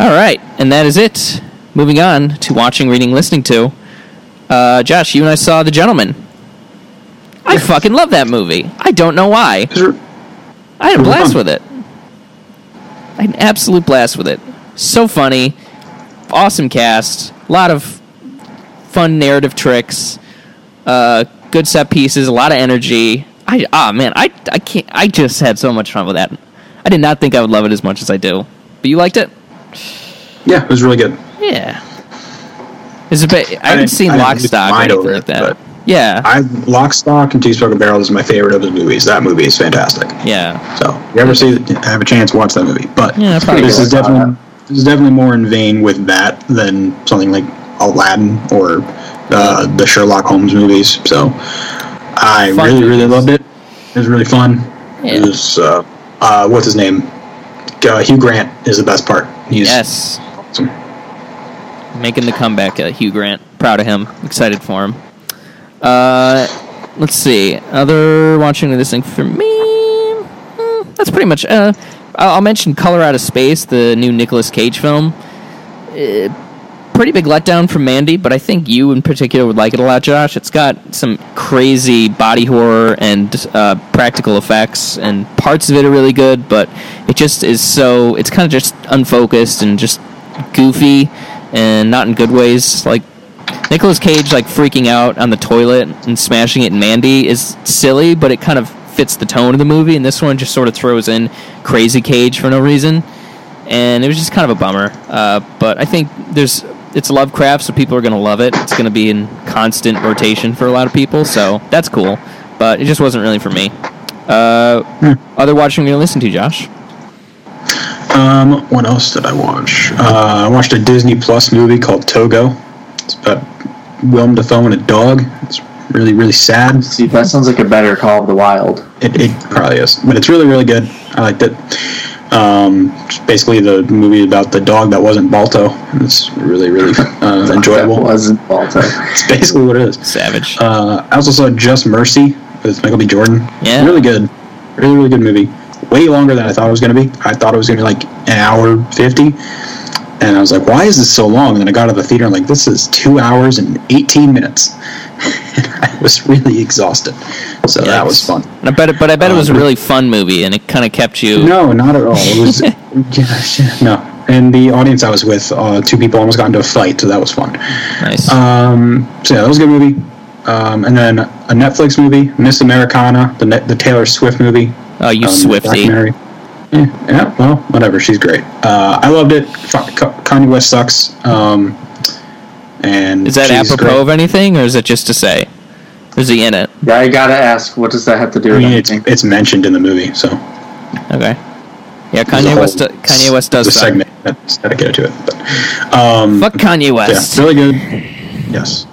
All right, and that is it. Moving on to watching, reading, listening to. Uh, Josh, you and I saw The Gentleman. I fucking love that movie. I don't know why.
Is there-
I had a
It was
blast
fun.
with it. I had an absolute blast with it. So funny, awesome cast, a lot of fun narrative tricks, uh, good set pieces, a lot of energy. I ah man, I I can't. I just had so much fun with that. I did not think I would love it as much as I do. But you liked it?
yeah, it was really good.
Yeah. It's a bit. I, haven't
didn't-
seen
I didn't
Lock,
lose
Stock or
my mind
anything
over
like
it,
that.
but-
Yeah,
I Lock, Stock, and Two Smoking Barrels is my favorite of his movies. That movie is fantastic.
yeah.
So, if you ever see, have a chance, watch that movie. But
Yeah, I probably
this
will.
is definitely this is definitely more in vein with that than something like Aladdin or uh, the Sherlock Holmes movies. So, I
Fun
really, really
movies.
loved it. It was really fun. It
Yeah.
was uh, uh, what's his name? Uh, Hugh Grant is the best part. He's
Yes,
awesome.
making the comeback. Uh, Hugh Grant, proud of him. Excited for him. Uh, let's see. Other watching this thing for me. Mm, that's pretty much. Uh, I- I'll mention Color Out of Space, the new Nicolas Cage film. Uh, pretty big letdown from Mandy, but I think you in particular would like it a lot, Josh. It's got some crazy body horror and uh, practical effects, and parts of it are really good, but it just is so. It's kind of just unfocused and just goofy, and not in good ways. Like Nicolas Cage, like freaking out on the toilet and smashing it in Mandy is silly, but it kind of fits the tone of the movie. And this one just sort of throws in crazy Cage for no reason and it was just kind of a bummer. Uh, but I think there's it's Lovecraft, so people are going to love it. It's going to be in constant rotation for a lot of people, so that's cool. But it just wasn't really for me. Uh,
Hmm.
Other watching you listen to Josh.
Um, what else did I watch? Uh, I watched a Disney Plus movie called Togo. It's about Willem Dafoe and a dog. It's really, really sad.
See, that sounds like a better Call of the Wild.
It, it probably is, but it's really, really good. I liked it. Um, it's basically the movie about the dog that wasn't Balto. and It's really, really uh,
That
enjoyable.
wasn't Balto.
It's basically what it is.
Savage.
Uh, I also saw Just Mercy with Michael B. Jordan.
Yeah.
Really good. Really, really good movie. Way longer than I thought it was going to be. I thought it was going to be like an hour 50. And I was like, why is this so long? And then I got out of the theater and I'm like, this is two hours and 18 minutes. and I was really exhausted. So that was
Yikes.
fun.
And I bet it, but I bet it was a
Um,
really fun movie, and it kind of kept you.
No, not at all. It was yeah, no. And the audience I was with, uh, two people almost got into a fight, so that was fun.
Nice.
Um, so yeah, that was a good movie. Um, and then a Netflix movie, Miss Americana, the ne- the Taylor Swift movie.
oh, you
um,
Swifty.
documentary. Yeah, yeah, well, whatever. She's great. Uh, I loved it. Fuck, Ka- Kanye West sucks. Um, and
Is that
she's
apropos
great.
of anything, or is it just to say? Is he in it?
Yeah, I gotta ask, what does that have to do
I
with
mean, it's,
anything?
it's mentioned in the movie, so
Okay. Yeah,
there's a
Kanye
whole
West. Kanye West does.
the
suck.
segment that's dedicated to it. But um,
Fuck Kanye
Yeah,
West.
really good. Yes.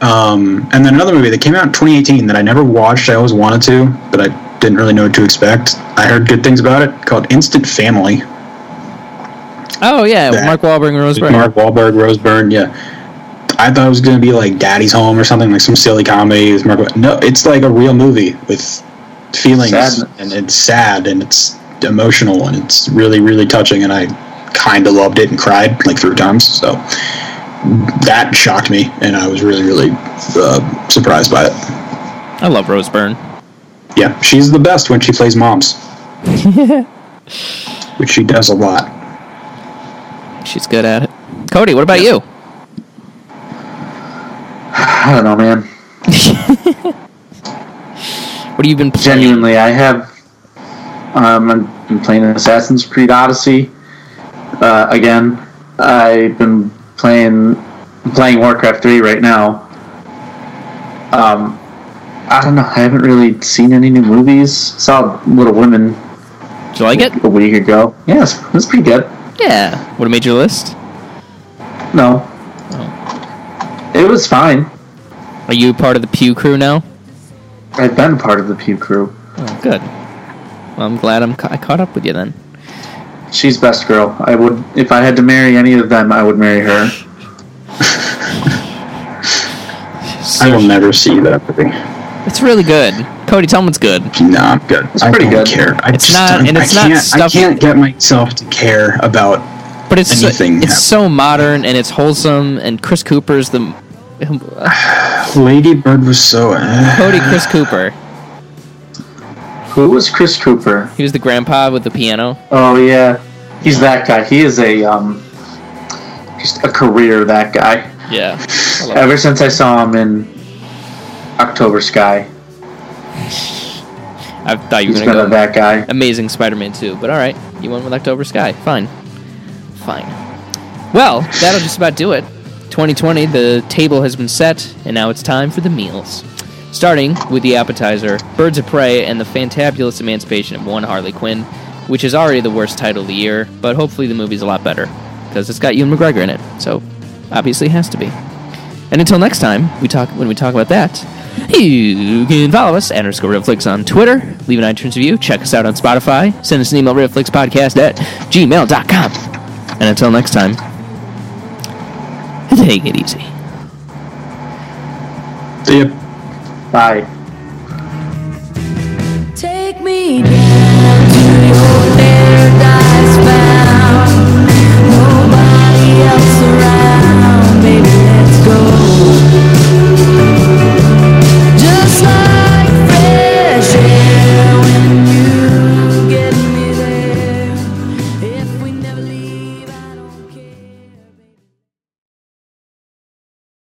Um, and then another movie that came out in 2018 that I never watched. I always wanted to, but I didn't really know what to expect. I heard good things about it. Called Instant Family.
Oh yeah,
That-
Mark Wahlberg and Rose Byrne.
Mark Wahlberg, Rose Byrne. Yeah, I thought it was gonna be like Daddy's Home or something, like some silly comedy with Mark. Wa- No, it's like a real movie with feelings,
Sadness.
and it's sad and it's emotional and it's really, really touching. And I kind of loved it and cried like three times. So that shocked me, and I was really, really uh, surprised by it.
I love Rose Byrne.
Yeah, she's the best when she plays moms, which she does a lot.
She's good at it. Cody, what about you?
I don't know, man.
What have you been playing?
Genuinely, I have. Um, I've been playing Assassin's Creed Odyssey uh, again. I've been playing I'm playing Warcraft three right now. Um, I don't know. I haven't really seen any new movies. Saw Little Women
Do you like it?
a week ago. Yeah, it's, it's pretty good.
Yeah. Would have made your list?
No, it was fine.
Are you part of the Pew crew now?
I've been part of the Pew crew.
Oh, good. Well, I'm glad I'm ca- I caught up with you then.
She's best girl. I would if I had to marry any of them, I would marry her.
I will never see that movie.
It's really good. Cody, tell me it's good.
No, I'm good. It's I
pretty
don't
good.
care. I
It's
just
not-
don't-
and
I
it's not
can't-
stuff-
I can't get myself to care about.
But it's so,
Anything
it's
hap-
so modern and it's wholesome and Chris Cooper's the
Lady Bird was so. eh.
Cody Chris Cooper.
Who was Chris Cooper?
He was the grandpa with the piano.
Oh yeah, he's that guy. He is a um, just a career that guy.
Yeah.
Ever since I saw him in October Sky,
I thought you were
he's
going
been
to
a
go
that guy.
Amazing Spider-Man 2, but all right. You went with October Sky. Fine. Fine. Well, that'll just about do it. 2020, the table has been set, and now it's time for the meals. Starting with the appetizer, Birds of Prey, and the fantabulous emancipation of one Harley Quinn, which is already the worst title of the year, but hopefully the movie's a lot better, because it's got Ewan McGregor in it, so obviously it has to be. And until next time, we talk when we talk about that. You can follow us at underscore RealFlix on Twitter, leave an iTunes review, check us out on Spotify, send us an email RealFlixPodcast at gmail.com. And until next time, take it easy.
Yep.
Bye.
Take me down.